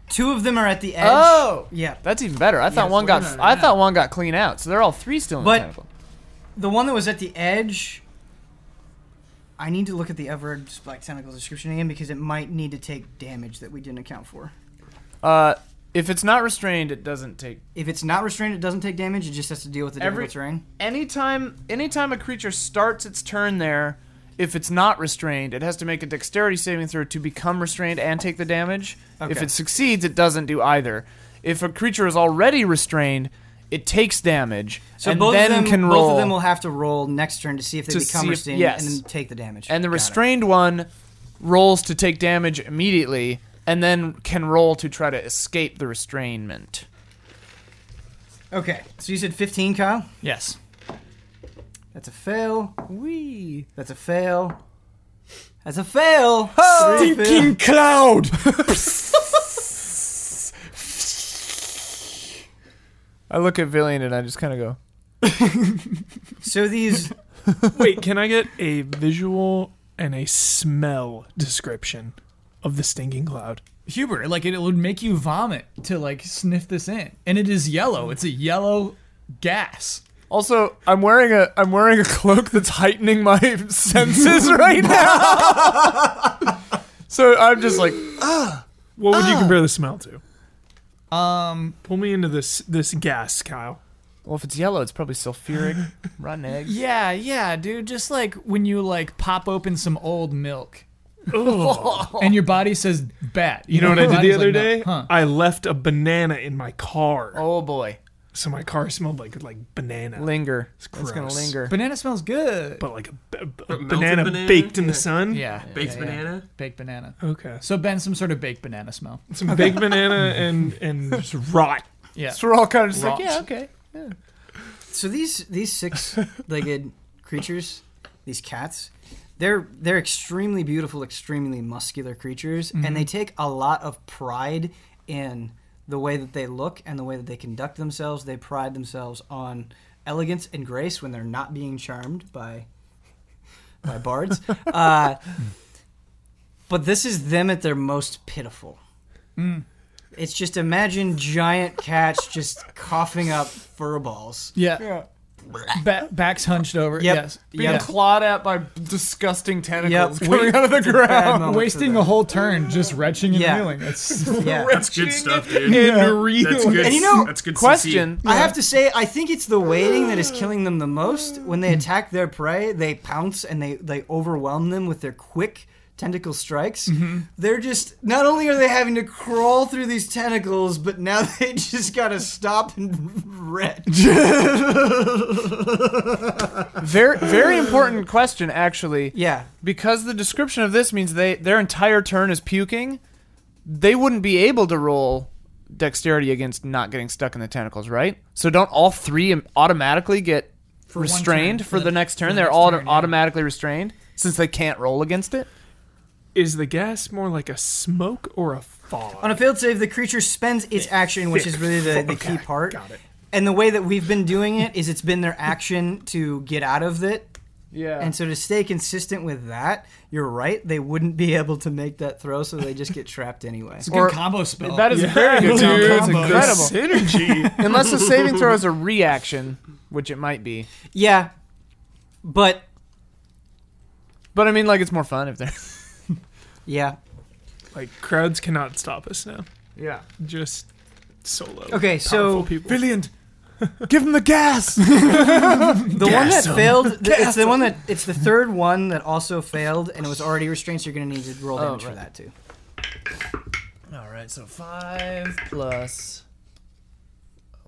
A: Two of them are at the edge.
C: Oh,
A: yeah.
C: That's even better. I thought
A: Yes,
C: one
A: we're
C: got
A: better
C: I
A: now.
C: thought one got clean out. So they're all three still in the
A: But-
C: tentacle.
A: The one that was at the edge. I need to look at the Everard's Black Tentacles description again because it might need to take damage that we didn't account for.
C: Uh if it's not restrained, it doesn't take
A: If it's not restrained, it doesn't take damage. It just has to deal with the
C: Every-
A: difficult terrain.
C: anytime anytime a creature starts its turn there, if it's not restrained, it has to make a dexterity saving throw to become restrained and take the damage. If
A: Okay.
C: it succeeds, it doesn't do either. If a creature is already restrained, it takes damage
A: So
C: and
A: both
C: then
A: of them
C: can roll.
A: both of them will have to roll next turn to see if they
C: to
A: become
C: see if-
A: restrained
C: yes.
A: and then take the damage.
C: And the restrained one rolls to take damage immediately and then can roll to try to escape the restrainment.
A: Okay. So you said 15, Kyle?
B: Yes.
A: That's a fail. Wee. That's a fail. That's a fail.
D: Stinking
B: cloud.
C: I look at Villian and I just kind of go,
A: so these
E: Wait, can I get a visual and a smell description of the stinking cloud?
B: Hubert, like it, it would make you vomit to like sniff this in, and it is yellow. It's a yellow gas.
C: Also, I'm wearing a I'm wearing a cloak that's heightening my senses right now. so I'm just like,
E: Ah. What would you compare the smell to?
B: Um,
E: pull me into this this gas, Kyle.
C: Well, if it's yellow, it's probably sulfuric, rotten egg.
B: Yeah, yeah, dude. Just like when you like pop open some old milk, and your body says "bat."
E: You know what I did
B: your
E: the
B: body's
E: other
B: like,
E: day?
B: "No." Huh.
E: I left a banana in my car.
C: Oh boy.
E: So my car smelled like like banana.
C: Linger.
E: It's,
C: It's gonna
E: gross.
C: linger.
B: Banana smells good,
E: but like a, a banana, baked in the sun.
B: Yeah,
F: Baked
B: yeah, yeah.
F: banana?
B: Baked banana.
E: Okay.
B: So Ben, some sort of baked banana smell.
E: Some baked banana and and just rot.
B: Yeah.
C: So we're all kind of just
B: Rot.
C: like, yeah, okay. Yeah.
A: So these these six-legged creatures, these cats, they're they're extremely beautiful, extremely muscular creatures,
B: Mhm.
A: and they take a lot of pride in the way that they look and the way that they conduct themselves. They pride themselves on elegance and grace when they're not being charmed by by bards. uh, but this is them at their most pitiful.
B: Mm.
A: It's just imagine giant cats just coughing up fur balls.
B: Yeah. Ba- back's hunched over.
A: Yep.
B: Yes.
A: Being
C: clawed at by disgusting tentacles
B: Yep.
C: coming
B: Wait-
C: out of the
B: it's a bad
C: ground.
B: moment Wasting a whole turn just retching and
C: Yeah.
B: reeling. That's
A: Yeah.
F: That's good stuff, dude.
A: And you know,
F: Question.
A: I have to say, I think it's the waiting that is killing them the most. When they attack their prey, they pounce and they they overwhelm them with their quick tentacle strikes.
B: Mm-hmm.
A: They're just not only are they having to crawl through these tentacles, but now they just gotta stop and retch.
C: Very very important question, actually.
A: Yeah.
C: Because the description of this means they their entire turn is puking. They wouldn't be able to roll dexterity against not getting stuck in the tentacles, right? So don't all three im- automatically get
J: one
C: restrained
J: turn,
C: for
J: for
C: the,
J: the-
C: next
J: for
C: turn?
J: the
C: They're
J: next
C: all
J: turn, yeah.
C: automatically restrained since they can't roll against it.
E: Is the gas more like a smoke or a fog?
A: On a failed save, the creature spends its action, which is really the, the key part. Got it. And the way that we've been doing it is it's been their action to get out of it.
C: Yeah.
A: And so to stay consistent with that, you're right. They wouldn't be able to make that throw, so they just get trapped anyway.
B: It's a good Or- combo spell.
C: That is a
B: Yeah,
C: very good
B: dude,
C: combo.
B: that's a good
A: synergy.
C: Unless the saving throw is a reaction, which it might be.
A: Yeah, but
C: but I mean, like it's more fun if they're.
A: yeah.
E: Like crowds cannot stop us now.
C: Yeah.
E: Just solo.
A: Okay, so
E: powerful people.
C: brilliant. Give him the gas.
A: the one that failed, th- it's the one that it's the third one that also failed, and it was already restrained. So you're gonna need to roll
C: Oh,
A: damage for
C: right.
A: that too.
J: All right, so five plus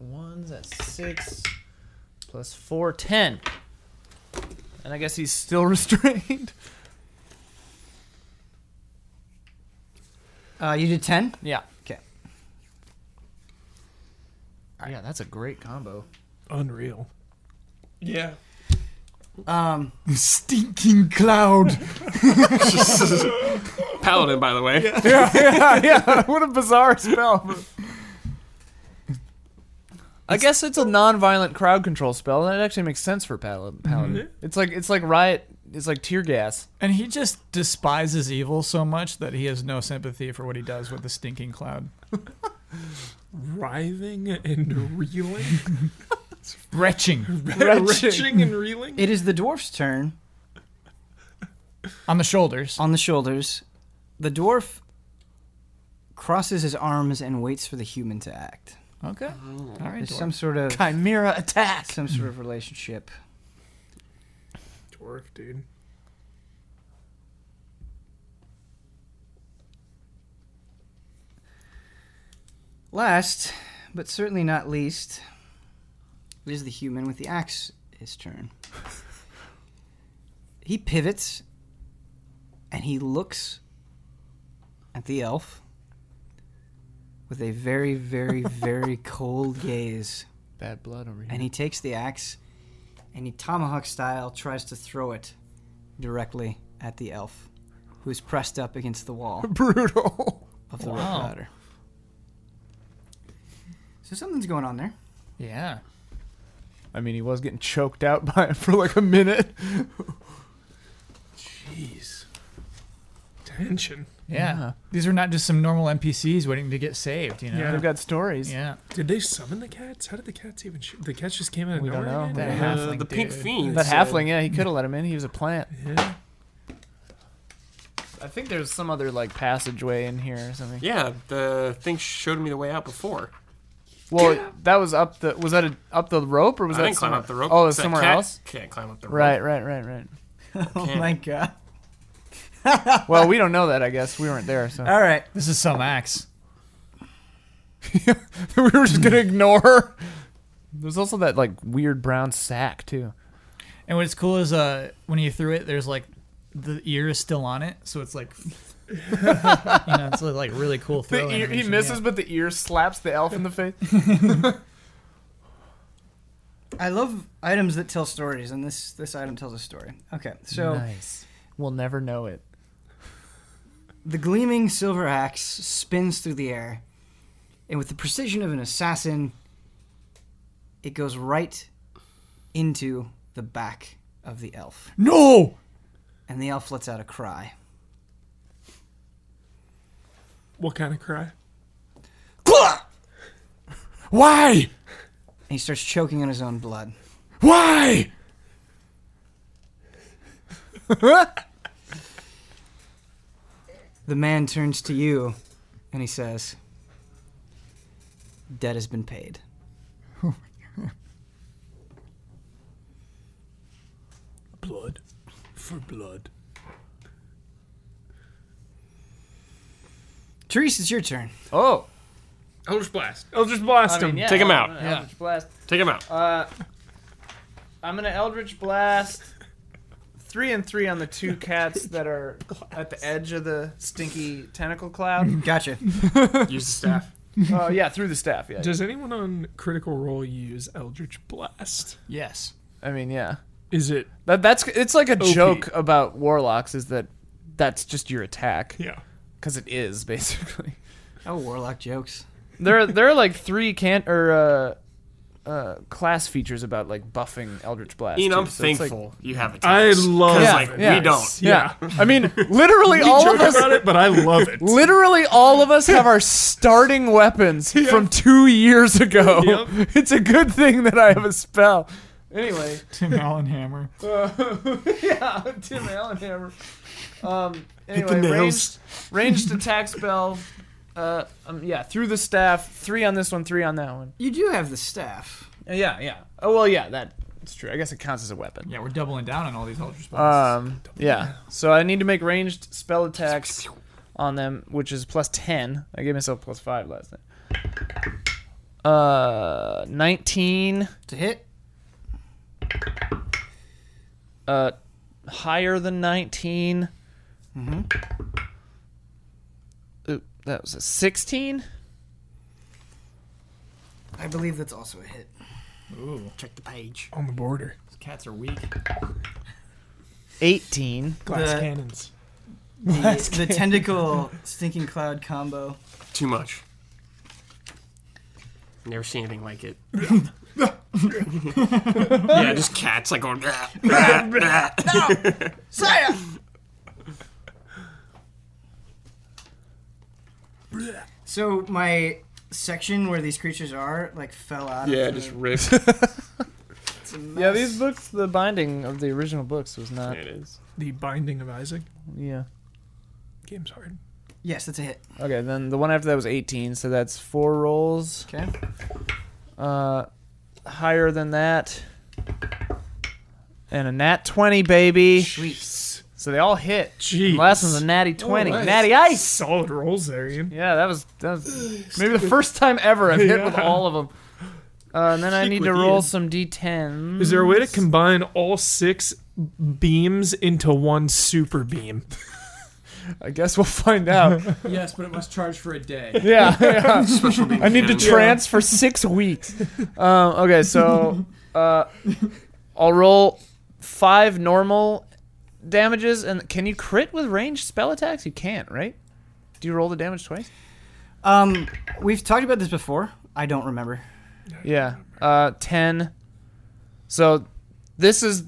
J: one's at six plus four, ten.
C: And I guess he's still restrained.
A: Uh, you did ten.
C: Yeah.
A: Okay.
J: Yeah, that's a great combo.
E: Unreal.
F: Yeah.
A: Um,
B: stinking cloud.
F: Paladin, by the way.
C: yeah, yeah, yeah. What a bizarre spell. I guess it's a non-violent crowd control spell, and it actually makes sense for Paladin. Paladin.
B: Mhm.
C: It's like it's like riot. It's like tear gas.
B: And he just despises evil so much that he has no sympathy for what he does with the stinking cloud.
E: Writhing and reeling.
B: Retching.
E: Retching and reeling.
A: It is the dwarf's turn.
B: On the shoulders.
A: On the shoulders. The dwarf crosses his arms and waits for the human to act.
B: Okay. All right.
A: There's
B: dwarf.
A: some sort of
C: chimera attack.
A: Some sort of relationship.
E: Dwarf, dude.
A: Last, but certainly not least, it is the human with the axe his turn. he pivots and he looks at the elf with a very, very, very cold gaze.
C: Bad blood over here.
A: And he takes the axe and he tomahawk style tries to throw it directly at the elf who's pressed up against the wall.
C: Brutal.
A: Of the
B: Wow.
A: rope ladder. So something's going on there.
B: Yeah.
C: I mean, he was getting choked out by it for like a minute.
E: Jeez. Tension.
B: Yeah. These are not just some normal NPCs waiting to get saved, you know?
C: Yeah, they've got stories.
B: Yeah.
E: Did they summon the cats? How did the cats even? Sh- the cats just came out of
C: We don't
E: nowhere.
C: know.
E: again?
C: That
F: Uh, halfling the pink uh, dude. fiend
C: That
F: said-
C: halfling, yeah, he could have let him in. He was a plant.
E: Yeah.
C: I think there's some other like passageway in here or something.
F: Yeah, the thing showed me the way out before.
C: Well, that was up the was that a, up the rope or was
F: I
C: that
F: didn't climb
C: somewhere-
F: up the rope.
C: Oh, it was
F: That
C: somewhere
F: cat
C: else.
F: can't climb up the
C: Right,
F: rope.
C: right, right, right.
A: Oh my god.
C: well, we don't know that. I guess we weren't there. So
A: All right.
B: This is some axe.
C: we were just gonna ignore her. There's also that like weird brown sack too.
B: And what's cool is uh, when you threw it, there's like the ear is still on it, so it's like, you know, it's like really cool.
C: The
F: Oh,
B: Throw
C: ear, he
B: animation,
C: misses,
B: yeah.
C: but the ear slaps the elf in the face.
A: I love items that tell stories, and this this item tells a story. Okay, so
C: nice. We'll never know it.
A: the gleaming silver axe spins through the air, and with the precision of an assassin, it goes right into the back of the elf,
B: No.
A: and the elf lets out a cry.
E: What kind of cry?
A: Why? And he starts choking on his own blood.
E: Why?
A: The man turns to you and he says, Debt has been paid.
E: Blood. For blood.
A: Therese, it's your turn.
C: Oh.
F: Eldritch Blast.
E: Eldritch Blast
J: I
E: him.
J: mean, yeah,
F: Take him
J: I'm
F: out.
J: gonna
F: Yeah.
J: Eldritch Blast.
F: Take him out.
J: Uh, I'm gonna Eldritch Blast. Three and three on the two cats that are at the edge of the stinky tentacle cloud.
A: Gotcha.
F: Use the staff.
J: Oh yeah, through the staff. Yeah.
E: Does anyone on Critical Role use Eldritch Blast?
B: Yes.
C: I mean, yeah.
E: Is it?
C: That that's it's like a
E: OP.
C: joke about warlocks is that that's just your attack
E: Yeah.
C: because it is basically.
A: Oh, warlock jokes.
C: there are, there are like three can or uh, uh, class features about like buffing Eldritch Blast.
F: Ian,
C: too,
F: I'm
C: so it's like-
F: thankful you have it.
E: I love.
C: Yeah,
F: like,
C: yeah.
F: we don't.
C: yeah. I mean, literally all of
E: Joke
C: us
E: about it, but I love it.
C: Literally, all of us have our starting weapons from two years ago. It's a good thing that I have a spell. Anyway,
B: Tim Allen hammer.
J: yeah, Tim Allen hammer. Um,
E: the
J: anyway,
E: nails.
J: ranged, ranged attack spell. Uh, um, yeah, through the staff. Three on this one, three on that one.
A: You do have the staff.
J: Uh, yeah, yeah.
C: oh well, yeah, that's true. I guess it counts as a weapon.
B: Yeah, we're doubling down on all these ultra spots.
C: Um, yeah. So I need to make ranged spell attacks on them, which is plus ten. I gave myself plus five last night. Uh, nineteen.
A: To hit?
C: Uh, higher than 19 Mm-hmm. Ooh, that was a sixteen.
A: I believe that's also a hit.
B: Ooh,
A: Check the page.
E: on the border.
B: these cats are weak.
C: 18.
E: Glass
A: The-
E: cannons.
A: The, the tentacle stinking cloud combo.
F: Too much. Never seen anything like it. yeah, just cats like going. "Rah, rah, rah."
A: Saya! so my section where these creatures are like fell out.
F: yeah,
A: of the-
F: just ripped.
A: it's a mess.
C: Yeah, these books, the binding of the original books was not.
F: it is.
E: The Binding of Isaac.
C: Yeah.
E: Game's hard.
A: Yes, that's a hit.
C: Okay, then the one after that was 18, so that's four rolls.
A: Okay.
C: Uh, higher than that. And a nat 20, baby.
A: Sweet.
C: So they all hit.
E: Jeez.
C: Last one's a natty 20.
E: Alright.
C: Natty ice!
E: Solid rolls there, Ian.
C: Yeah, that was, that was maybe the first time ever I've hit with
E: Yeah.
C: all of them. Uh, and then I
E: Stick
C: need
E: with
C: to roll
E: Ian.
C: some d10s.
E: Is there a way to combine all six beams into one super beam?
C: I guess we'll find out.
I: yes, but it must charge for a day.
C: yeah, yeah.
F: Special
C: I need to
F: beams.
C: trance for six weeks. Um, okay, so uh, I'll roll five normal damages, and can you crit with ranged spell attacks? You can't, right? Do you roll the damage twice?
A: Um, we've talked about this before. I don't remember.
C: Yeah. Uh, ten. So this is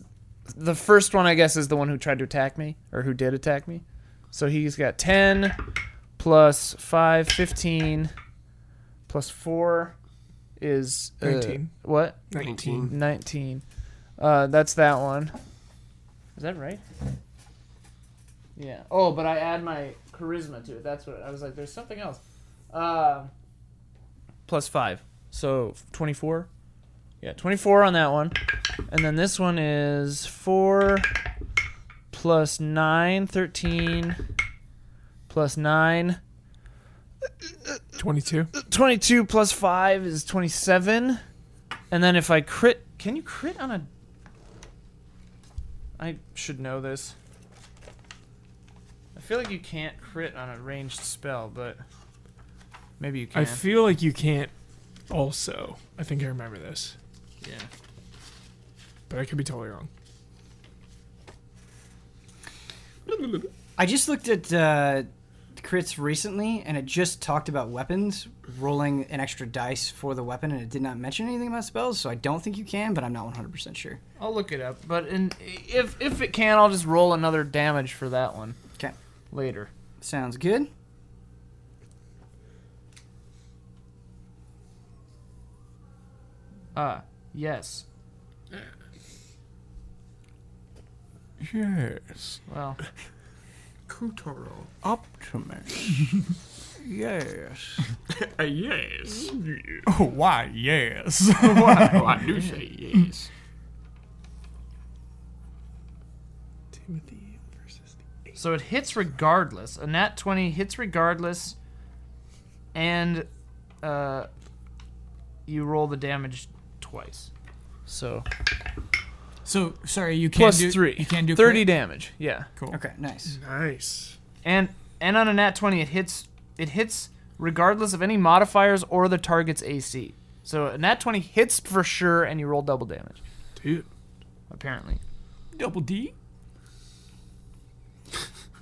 C: the first one, I guess, is the one who tried to attack me or who did attack me. So he's got 10 plus 5, 15 plus 4 is uh,
E: 19.
C: What?
E: 19.
C: 19. Uh, that's that one. Is that right? Yeah. Oh, but I add my charisma to it. That's what I was like. There's something else. Uh, plus five, so twenty-four. Yeah, twenty-four on that one, and then this one is four plus nine, thirteen plus nine.
E: 22.
C: 22 plus 5 is 27. And then if I crit. Can you crit on a. I should know this. I feel like you can't crit on a ranged spell, but. Maybe you can.
E: I feel like you can't. Also, I think I remember this.
H: Yeah.
E: But I could be totally wrong.
A: I just looked at uh, crits recently, and it just talked about weapons rolling an extra dice for the weapon, and it did not mention anything about spells. So I don't think you can, but I'm not 100 percent sure.
C: I'll look it up, but in, if if it can, I'll just roll another damage for that one.
A: 'Kay.
C: Later.
A: Sounds good.
C: Ah, yes.
E: Yes.
C: Well.
H: Kutoro.
E: Optimus. yes.
F: yes.
B: Oh, why? Yes.
F: Why- oh, I do say yes.
E: Timothy versus.
C: So it hits regardless. A nat 20 hits regardless, and uh, you roll the damage twice. So
B: So sorry, you can't
C: Plus
B: do
C: three.
B: You can't do
C: 30
B: crit?
C: damage. Yeah.
B: Cool.
A: Okay, nice.
E: Nice.
C: And and on a nat 20 it hits it hits regardless of any modifiers or the target's AC. So a nat 20 hits for sure and you roll double damage
E: Dude.
C: apparently.
B: Double D.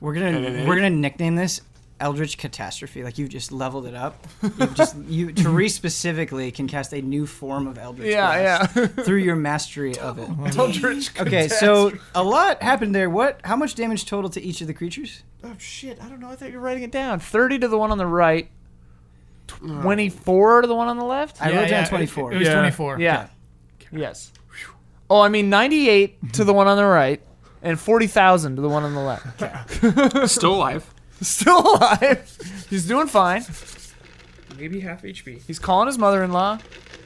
A: We're gonna we're gonna nickname this Eldritch Catastrophe. Like you've just leveled it up. You've just you Therese specifically can cast a new form of Eldritch.
C: Yeah,
A: Blast through your mastery of it.
J: Eldritch
A: Okay, so a lot happened there. What? How much damage total to each of the creatures?
C: Oh shit, I don't know. I thought you were writing it down. 30 to the one on the right. Oh. 24 to the one on the left?
A: I wrote down twenty four.
B: It was 24.
C: Yeah. Yes. Oh, I mean 98 to the one on the right and 40,000 to the one on the left.
F: Still alive.
C: Still alive. He's doing fine.
J: Maybe half HP.
C: He's calling his mother-in-law.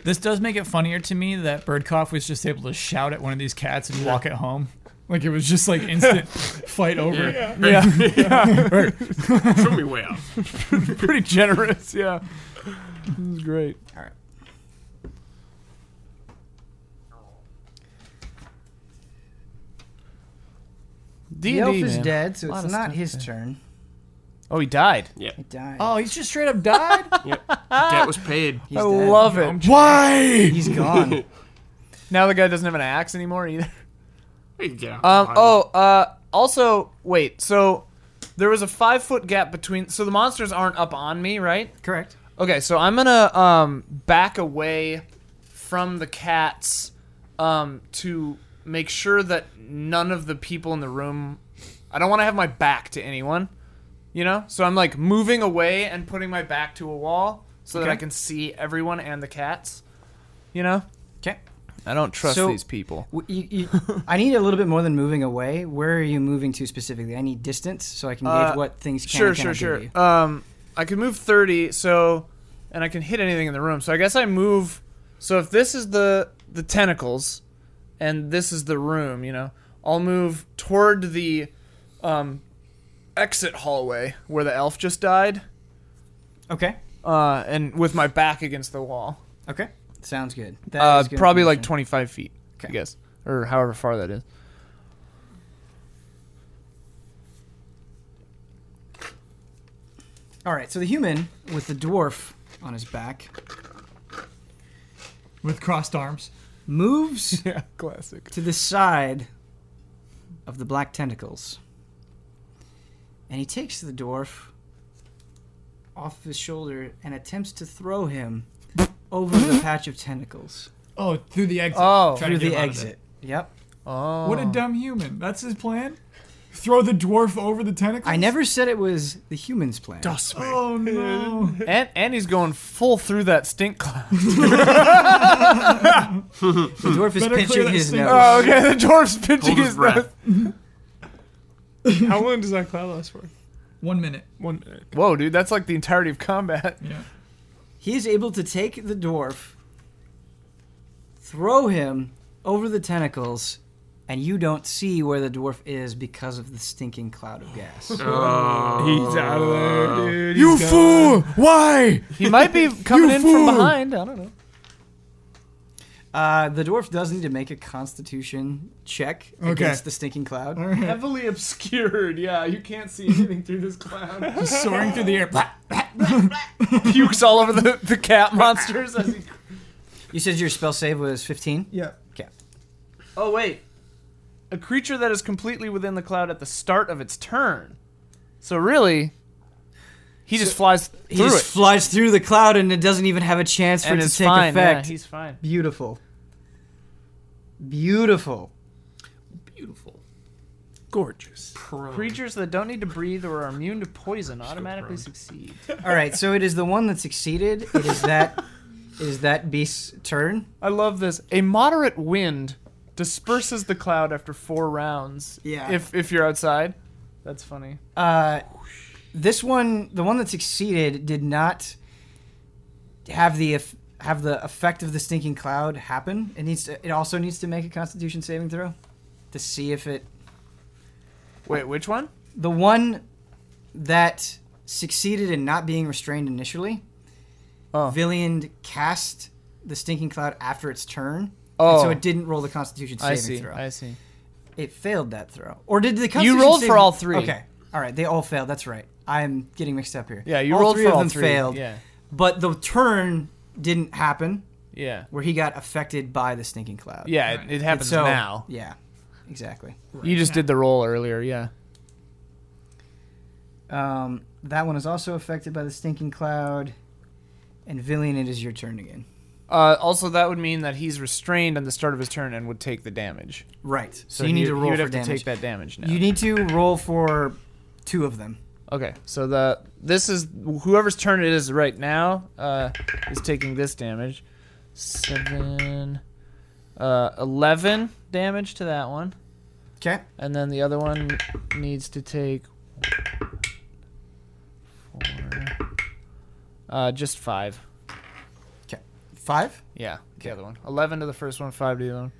B: This does make it funnier to me that Birdcough was just able to shout at one of these cats and walk it home. Like it was just like instant fight over.
F: Yeah.
B: yeah.
F: Show me way out.
C: Pretty generous, yeah. This is great.
A: The
C: D&D,
A: elf is
C: man.
A: dead, so
C: Lot
A: it's
C: of
A: not
C: stuff
A: his turn.
C: Oh, he died.
A: He died.
B: Oh, he's just straight up died.
C: Ah.
F: That was paid.
A: He's
C: I
A: dead.
C: love it.
B: Why?
A: He's gone.
C: Now the guy doesn't have an axe anymore either.
F: Yeah.
C: Um. Oh. Uh. Also, wait. So there was a five foot gap between. So the monsters aren't up on me, right?
A: Correct.
C: Okay. So I'm gonna um back away from the cats um to make sure that none of the people in the room. I don't want to have my back to anyone. You know. So I'm like moving away and putting my back to a wall so that I can see everyone and the cats. You know.
A: Okay.
C: I don't trust
A: So-
C: these people.
A: W- You, you, I need a little bit more than moving away. Where are you moving to specifically? I need distance so I can gauge
C: Uh,
A: what things can
C: sure,
A: and
C: sure,
A: cannot
C: sure.
A: do to you.
C: Um, I can move thirty, so, and I can hit anything in the room. So I guess I move. So if this is the the tentacles, and this is the room, you know, I'll move toward the, um, exit hallway where the elf just died,
A: Okay.
C: uh, and with my back against the wall,
A: Okay. Sounds good. That
C: uh,
A: is good
C: probably like
A: information.
C: twenty five feet, I
A: Okay.
C: guess, or however far that is.
A: All right. So the human with the dwarf on his back
B: With crossed arms.
A: moves
E: Yeah, classic.
A: to the side of the black tentacles. And he takes the dwarf off his shoulder and attempts to throw him over the patch of tentacles.
B: Oh, through the exit.
C: Oh.
B: Try to
C: Through
B: get
C: the
B: him out of
A: exit. Yep.
C: Oh.
B: What a dumb human. That's his plan? Throw the dwarf over the tentacles?
A: I never said it was the humans' plan.
B: Oh, no.
C: And and he's going full through that stink cloud.
A: The dwarf is
C: Better clear
A: pinching
C: that
A: his
C: stink
A: nose.
C: cloud. Oh, okay, the dwarf's pinching his
A: breath.
E: How long does that cloud last for?
B: One minute.
E: One minute.
C: Whoa, dude, that's like the entirety of combat.
B: Yeah.
A: He is able to take the dwarf, throw him over the tentacles, and you don't see where the dwarf is because of the stinking cloud of gas.
E: He's out of
B: Uh.
E: there, dude.
A: You
E: He's
A: fool!
E: Why?
C: He might be coming
A: You
C: in
A: fool!
C: from behind. I don't know.
A: Uh, the dwarf does need to make a constitution check
B: Okay.
A: against the stinking cloud.
I: Heavily obscured. Yeah, you can't see anything through this cloud.
B: Just soaring through the air.
C: Pukes all over the, the cat monsters. As he...
A: You said your spell save was 15?
I: Yeah.
A: Okay.
J: Oh wait, a creature that is completely within the cloud at the start of its turn.
C: So really, he just flies through
A: He just
C: it.
A: flies through the cloud and it doesn't even have a chance for
C: And
A: it to
C: it's
A: take
C: fine, yeah,
A: effect.
C: he's fine.
A: Beautiful. Beautiful.
F: Beautiful.
E: Gorgeous.
J: Creatures that don't need to breathe or are immune to poison automatically succeed.
A: All right, so it is the one that succeeded. It is that it is that beast's turn.
C: I love this. A moderate wind disperses the cloud after four rounds.
A: Yeah.
C: If if you're outside, that's funny.
A: Uh, this one, the one that succeeded, did not have the eff- have the effect of the stinking cloud happen. It needs to. It also needs to make a Constitution saving throw to see if it.
C: Wait, which one?
A: The one that succeeded in not being restrained initially,
C: Oh.
A: Villiand cast the stinking cloud after its turn, and
C: Oh.
A: so it didn't roll the Constitution saving
C: I see.
A: throw.
C: I see.
A: It failed that throw. Or did the Constitution
C: rolled
A: save-
C: for all three.
A: Okay. All right. They all failed. That's right. I'm getting mixed up here.
C: Yeah, you
A: all
C: rolled
A: three
C: for
A: of
C: all
A: them
C: three,
A: failed.
C: yeah.
A: But the turn didn't happen
C: Yeah.
A: where he got affected by the stinking cloud.
C: Yeah, it- it
A: And
C: happens
A: so-
C: now.
A: Yeah. Exactly.
C: You just did the roll earlier, yeah.
A: Um, that one is also affected by the stinking cloud. And Villian, it is your turn again.
C: Uh, also, that would mean that he's restrained on the start of his turn and would take the damage.
A: Right. So, you need
C: he-
A: to
C: he
A: roll
C: would
A: for
C: have to
A: damage.
C: take that damage now.
A: You need to roll for two of them.
C: Okay, so the this is whoever's turn it is right now uh, is taking this damage. Seven, uh, eleven damage to that one.
A: Okay.
C: And then the other one needs to take four, uh, just five.
A: Okay. Five?
C: Yeah, the other one. Eleven to the first one, five to the other one.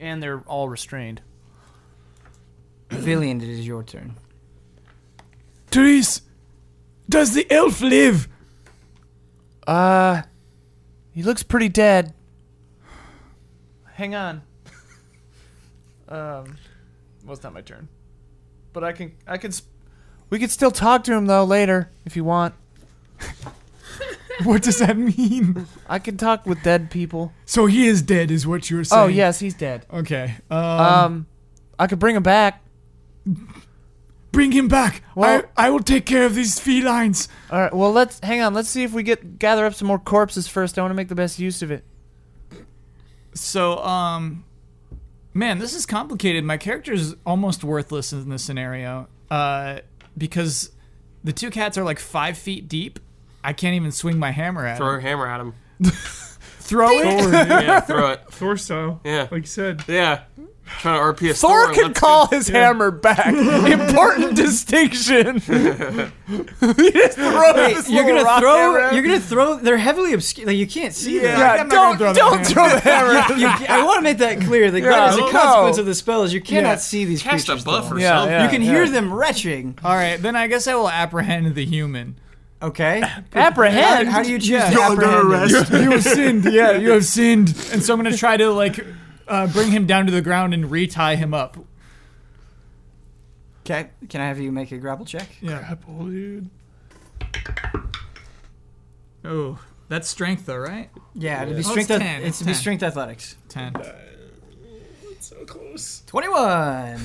C: And they're all restrained.
A: Villian, it is your turn.
E: Therese, does the elf live?
C: Uh, he looks pretty dead. Hang on. um, well, it's not my turn, but I can I can. Sp- we could still talk to him though later if you want.
B: what does that mean?
C: I can talk with dead people.
B: So he is dead, is what you were saying.
C: Oh yes, he's dead.
B: Okay. Um,
C: Um, I could bring him back.
E: Bring him back.
C: Well-
E: I, I will take care of these felines.
C: All right. Well, let's hang on. Let's see if we get gather up some more corpses first. I want to make the best use of it.
B: so, um, man, this is complicated. My character is almost worthless in this scenario uh, because the two cats are like five feet deep. I can't even swing my hammer at
F: Throw
B: them.
F: a hammer at him.
B: Throw it?
F: yeah, throw it.
E: Thor style.
F: Yeah.
E: Like you said.
F: Yeah. Trying to RP a
C: Thor
F: and
C: can
F: let's
C: call
F: go.
C: his hammer back. Important distinction. He just throws this
A: you're
C: little
A: gonna
C: rock
A: throw.
C: hammer.
A: You're gonna throw. They're heavily obscure. Like you can't see them.
C: Yeah, don't
B: gonna throw
C: don't throw the hammer.
A: You- you- I want to make that clear. Like, that is a
C: no.
A: consequence of the spell is you cannot
B: Yeah.
A: see these
F: Cast a
A: creatures.
F: buff
A: though.
F: or
C: Yeah,
F: something.
C: yeah.
A: you can hear them retching.
B: All right, then I guess I will apprehend the human.
A: Okay.
C: Apprehend.
A: How do you choose
B: Yeah.
A: to
B: You're
A: apprehend them?
B: you have sinned. Yeah, you have sinned. And so I'm gonna try to like uh, bring him down to the ground and retie him up.
A: Okay. Can I have you make a grapple check?
B: Yeah.
E: Apple, dude.
B: Oh, that's strength though, right?
A: Yeah, it'd be
B: Oh,
A: strength. ath-
B: it's 10,
A: it's
B: it's
A: it'd be
B: 10.
A: strength athletics.
B: Ten.
E: so close.
A: 21.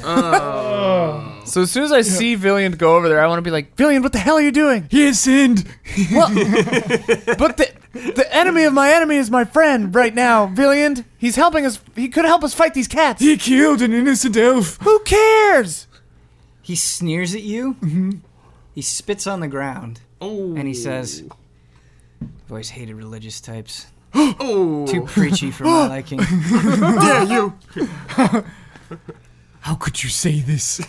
C: So as soon as I see Villian go over there, I want to be like, Villian, what the hell are you doing?
B: He has sinned.
C: Well, but the the enemy of my enemy is my friend right now, Villian. He's helping us. He could help us fight these cats.
B: He killed an innocent elf.
C: Who cares?
A: He sneers at you. Mm-hmm. He spits on the ground.
F: Oh.
A: And he says, I've always hated religious types. Too preachy for my liking.
F: Dare you!
B: How could you say this?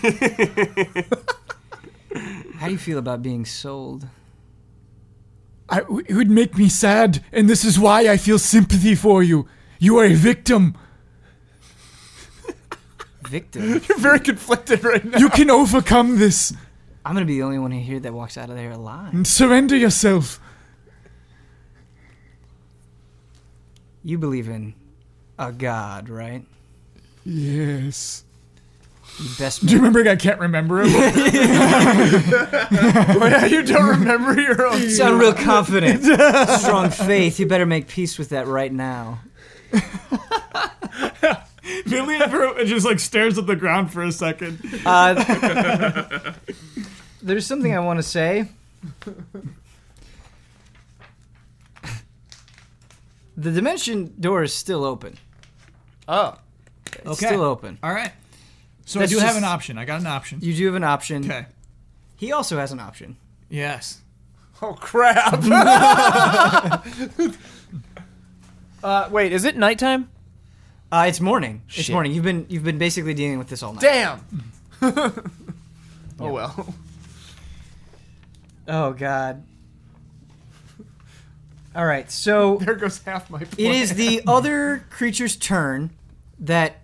A: How do you feel about being sold?
B: I, it would make me sad, and this is why I feel sympathy for you. You are a victim.
A: Victim.
C: You're very conflicted right now.
B: You can overcome this.
A: I'm going to be the only one here that walks out of there alive.
B: And surrender yourself.
A: You believe in a god, right?
B: Yes.
A: You best
B: Do you remember? I can't remember him.
C: Oh, yeah, you don't remember your own.
A: You sound real confident. Strong faith. You better make peace with that right now.
B: Billy just like stares at the ground for a second.
A: Uh, there's something I want to say. The dimension door is still open.
C: Oh,
A: It's
B: Okay.
A: still open.
B: All right. So
A: That's
B: I do have
A: just-
B: an option. I got an option.
A: You do have an option.
B: Okay.
A: He also has an option.
B: Yes.
C: oh crap! uh, wait, is it nighttime?
A: Uh, it's morning. It's
C: Shit.
A: morning. You've been you've been basically dealing with this all night.
C: Damn. oh well.
A: Oh god. All right. So
C: There goes half my.
A: It is the other creature's turn that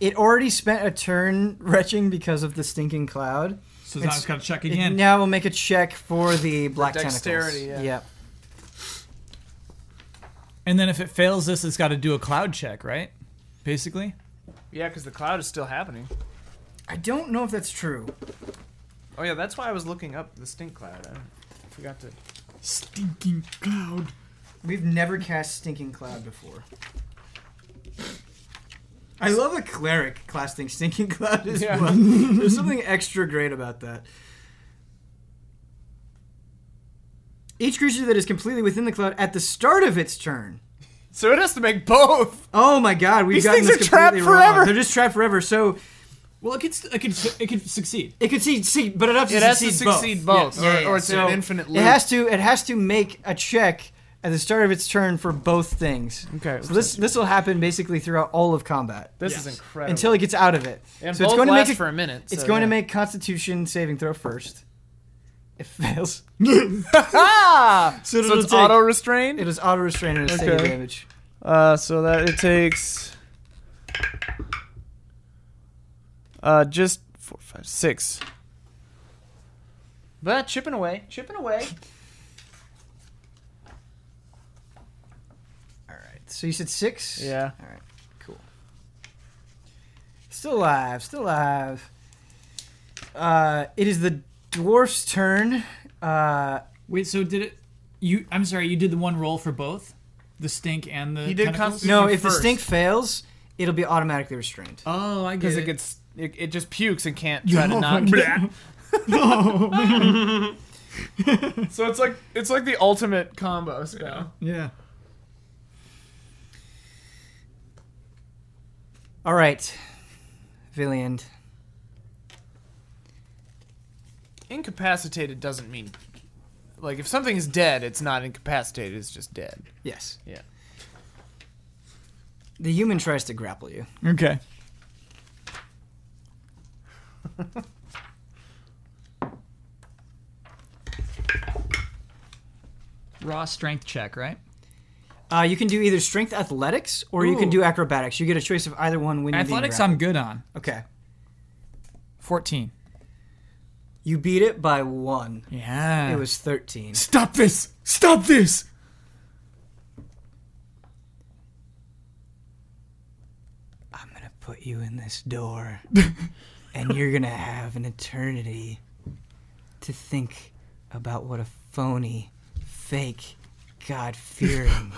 A: it already spent a turn retching because of the stinking cloud.
B: So now
A: It's-
B: I've got to check
A: It
B: again.
A: now will make a check for the black
J: dexterity,
A: tentacles.
J: yeah.
A: Yep.
B: and then if it fails this, it's got to do a cloud check, right? Basically.
J: Yeah, because the cloud is still happening.
A: I don't know if that's true.
J: Oh yeah, that's why I was looking up the stink cloud. I forgot to.
B: Stinking cloud.
A: We've never cast stinking cloud before. I love a cleric casting stinking cloud as well. There's something extra great about that. Each creature that is completely within the cloud at the start of its turn
C: So it has to make both.
A: Oh my god, we've
C: These
A: gotten
C: things
A: this
C: are trapped
A: completely wrong.
C: forever.
A: They're just trapped forever. So
B: Well, it could st- it could it could succeed.
A: it could see, see but it has to
C: It has to
A: succeed
C: succeed
A: both.
C: both,
A: Yeah, yeah,
C: or,
A: yeah.
C: or it's
A: So
C: an infinite
A: It
C: loop.
A: has to it has to make a check at the start of its turn for both things.
C: okay,
A: So this this will happen basically throughout all of combat
J: This
B: Yes.
J: is incredible.
A: until it gets out of it.
J: and
A: so
J: both
A: it's going to
J: last
A: make a,
J: for a minute.
A: it's
J: so,
A: going to
J: yeah.
A: make Constitution saving throw first. It fails.
C: ah!
A: So,
C: So it's auto restrained.
A: It is auto restrained and it's taking
C: Okay.
A: damage.
C: Uh, so that it takes uh just four, five, six.
J: But chipping away, chipping away.
A: All right. So you said six.
C: Yeah.
A: All right. Cool. Still alive. Still alive. Uh, it is the dwarf's turn. Uh,
B: Wait, so did it? You? I'm sorry. You did the one roll for both, the stink and the.
C: He did
B: tentacles?
C: constitution-
A: no,
C: you
A: if the
C: first.
A: stink fails, it'll be automatically restrained.
B: Oh, I
C: Because
B: get
C: it
B: it.
C: gets it, it just pukes and can't try to not. So it's like it's like the ultimate combo spell.
B: yeah.
A: All right, Villiand.
C: Incapacitated doesn't mean like if something is dead, it's not incapacitated. It's just dead.
A: Yes.
C: Yeah.
A: The human tries to grapple you.
B: Okay. Raw strength check, right?
A: Uh, you can do either strength athletics or you can
B: Ooh.
A: do acrobatics. You get a choice of either one when you're being
B: Athletics,
A: grappled.
B: I'm good on.
A: okay.
B: 14.
A: You beat it by one.
B: Yeah.
A: It was thirteen.
B: Stop this! Stop this!
A: I'm gonna put you in this door, and you're gonna have an eternity to think about what a
E: Oh
A: phony, fake, God fearing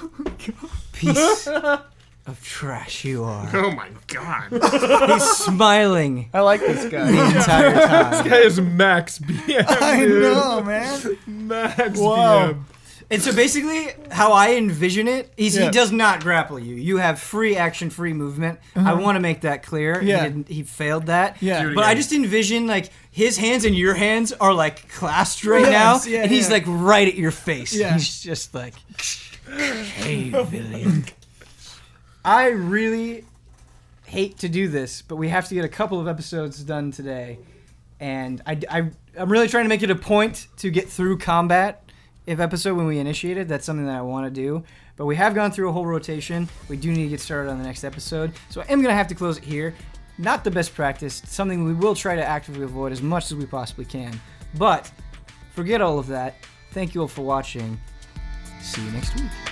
A: piece of trash you are.
F: Oh my god.
A: He's smiling.
C: I like this guy.
A: The entire time.
E: this guy is Max BM.
A: I
E: dude.
A: know, man.
E: Max BM.
A: And so basically, how I envision it is
E: Yeah.
A: he does not grapple you. You have free action, free movement. I
E: Uh-huh.
A: want to make that clear. He,
E: Yeah.
A: didn't, he failed that.
E: Yeah. Do it
A: But I
E: again.
A: just envision like his hands and your hands are like clasped right
E: Yes,
A: now,
E: yeah,
A: and he's
E: yeah.
A: like right at your face.
E: Yeah.
A: He's just like, "Hey, villain." I really hate to do this, but we have to get a couple of episodes done today, and I, I I'm really trying to make it a point to get through combat. If episode when we initiated, that's something that I want to do. But we have gone through a whole rotation. We do need to get started on the next episode, so I am gonna have to close it here. Not the best practice. Something we will try to actively avoid as much as we possibly can. But forget all of that. Thank you all for watching. See you next week.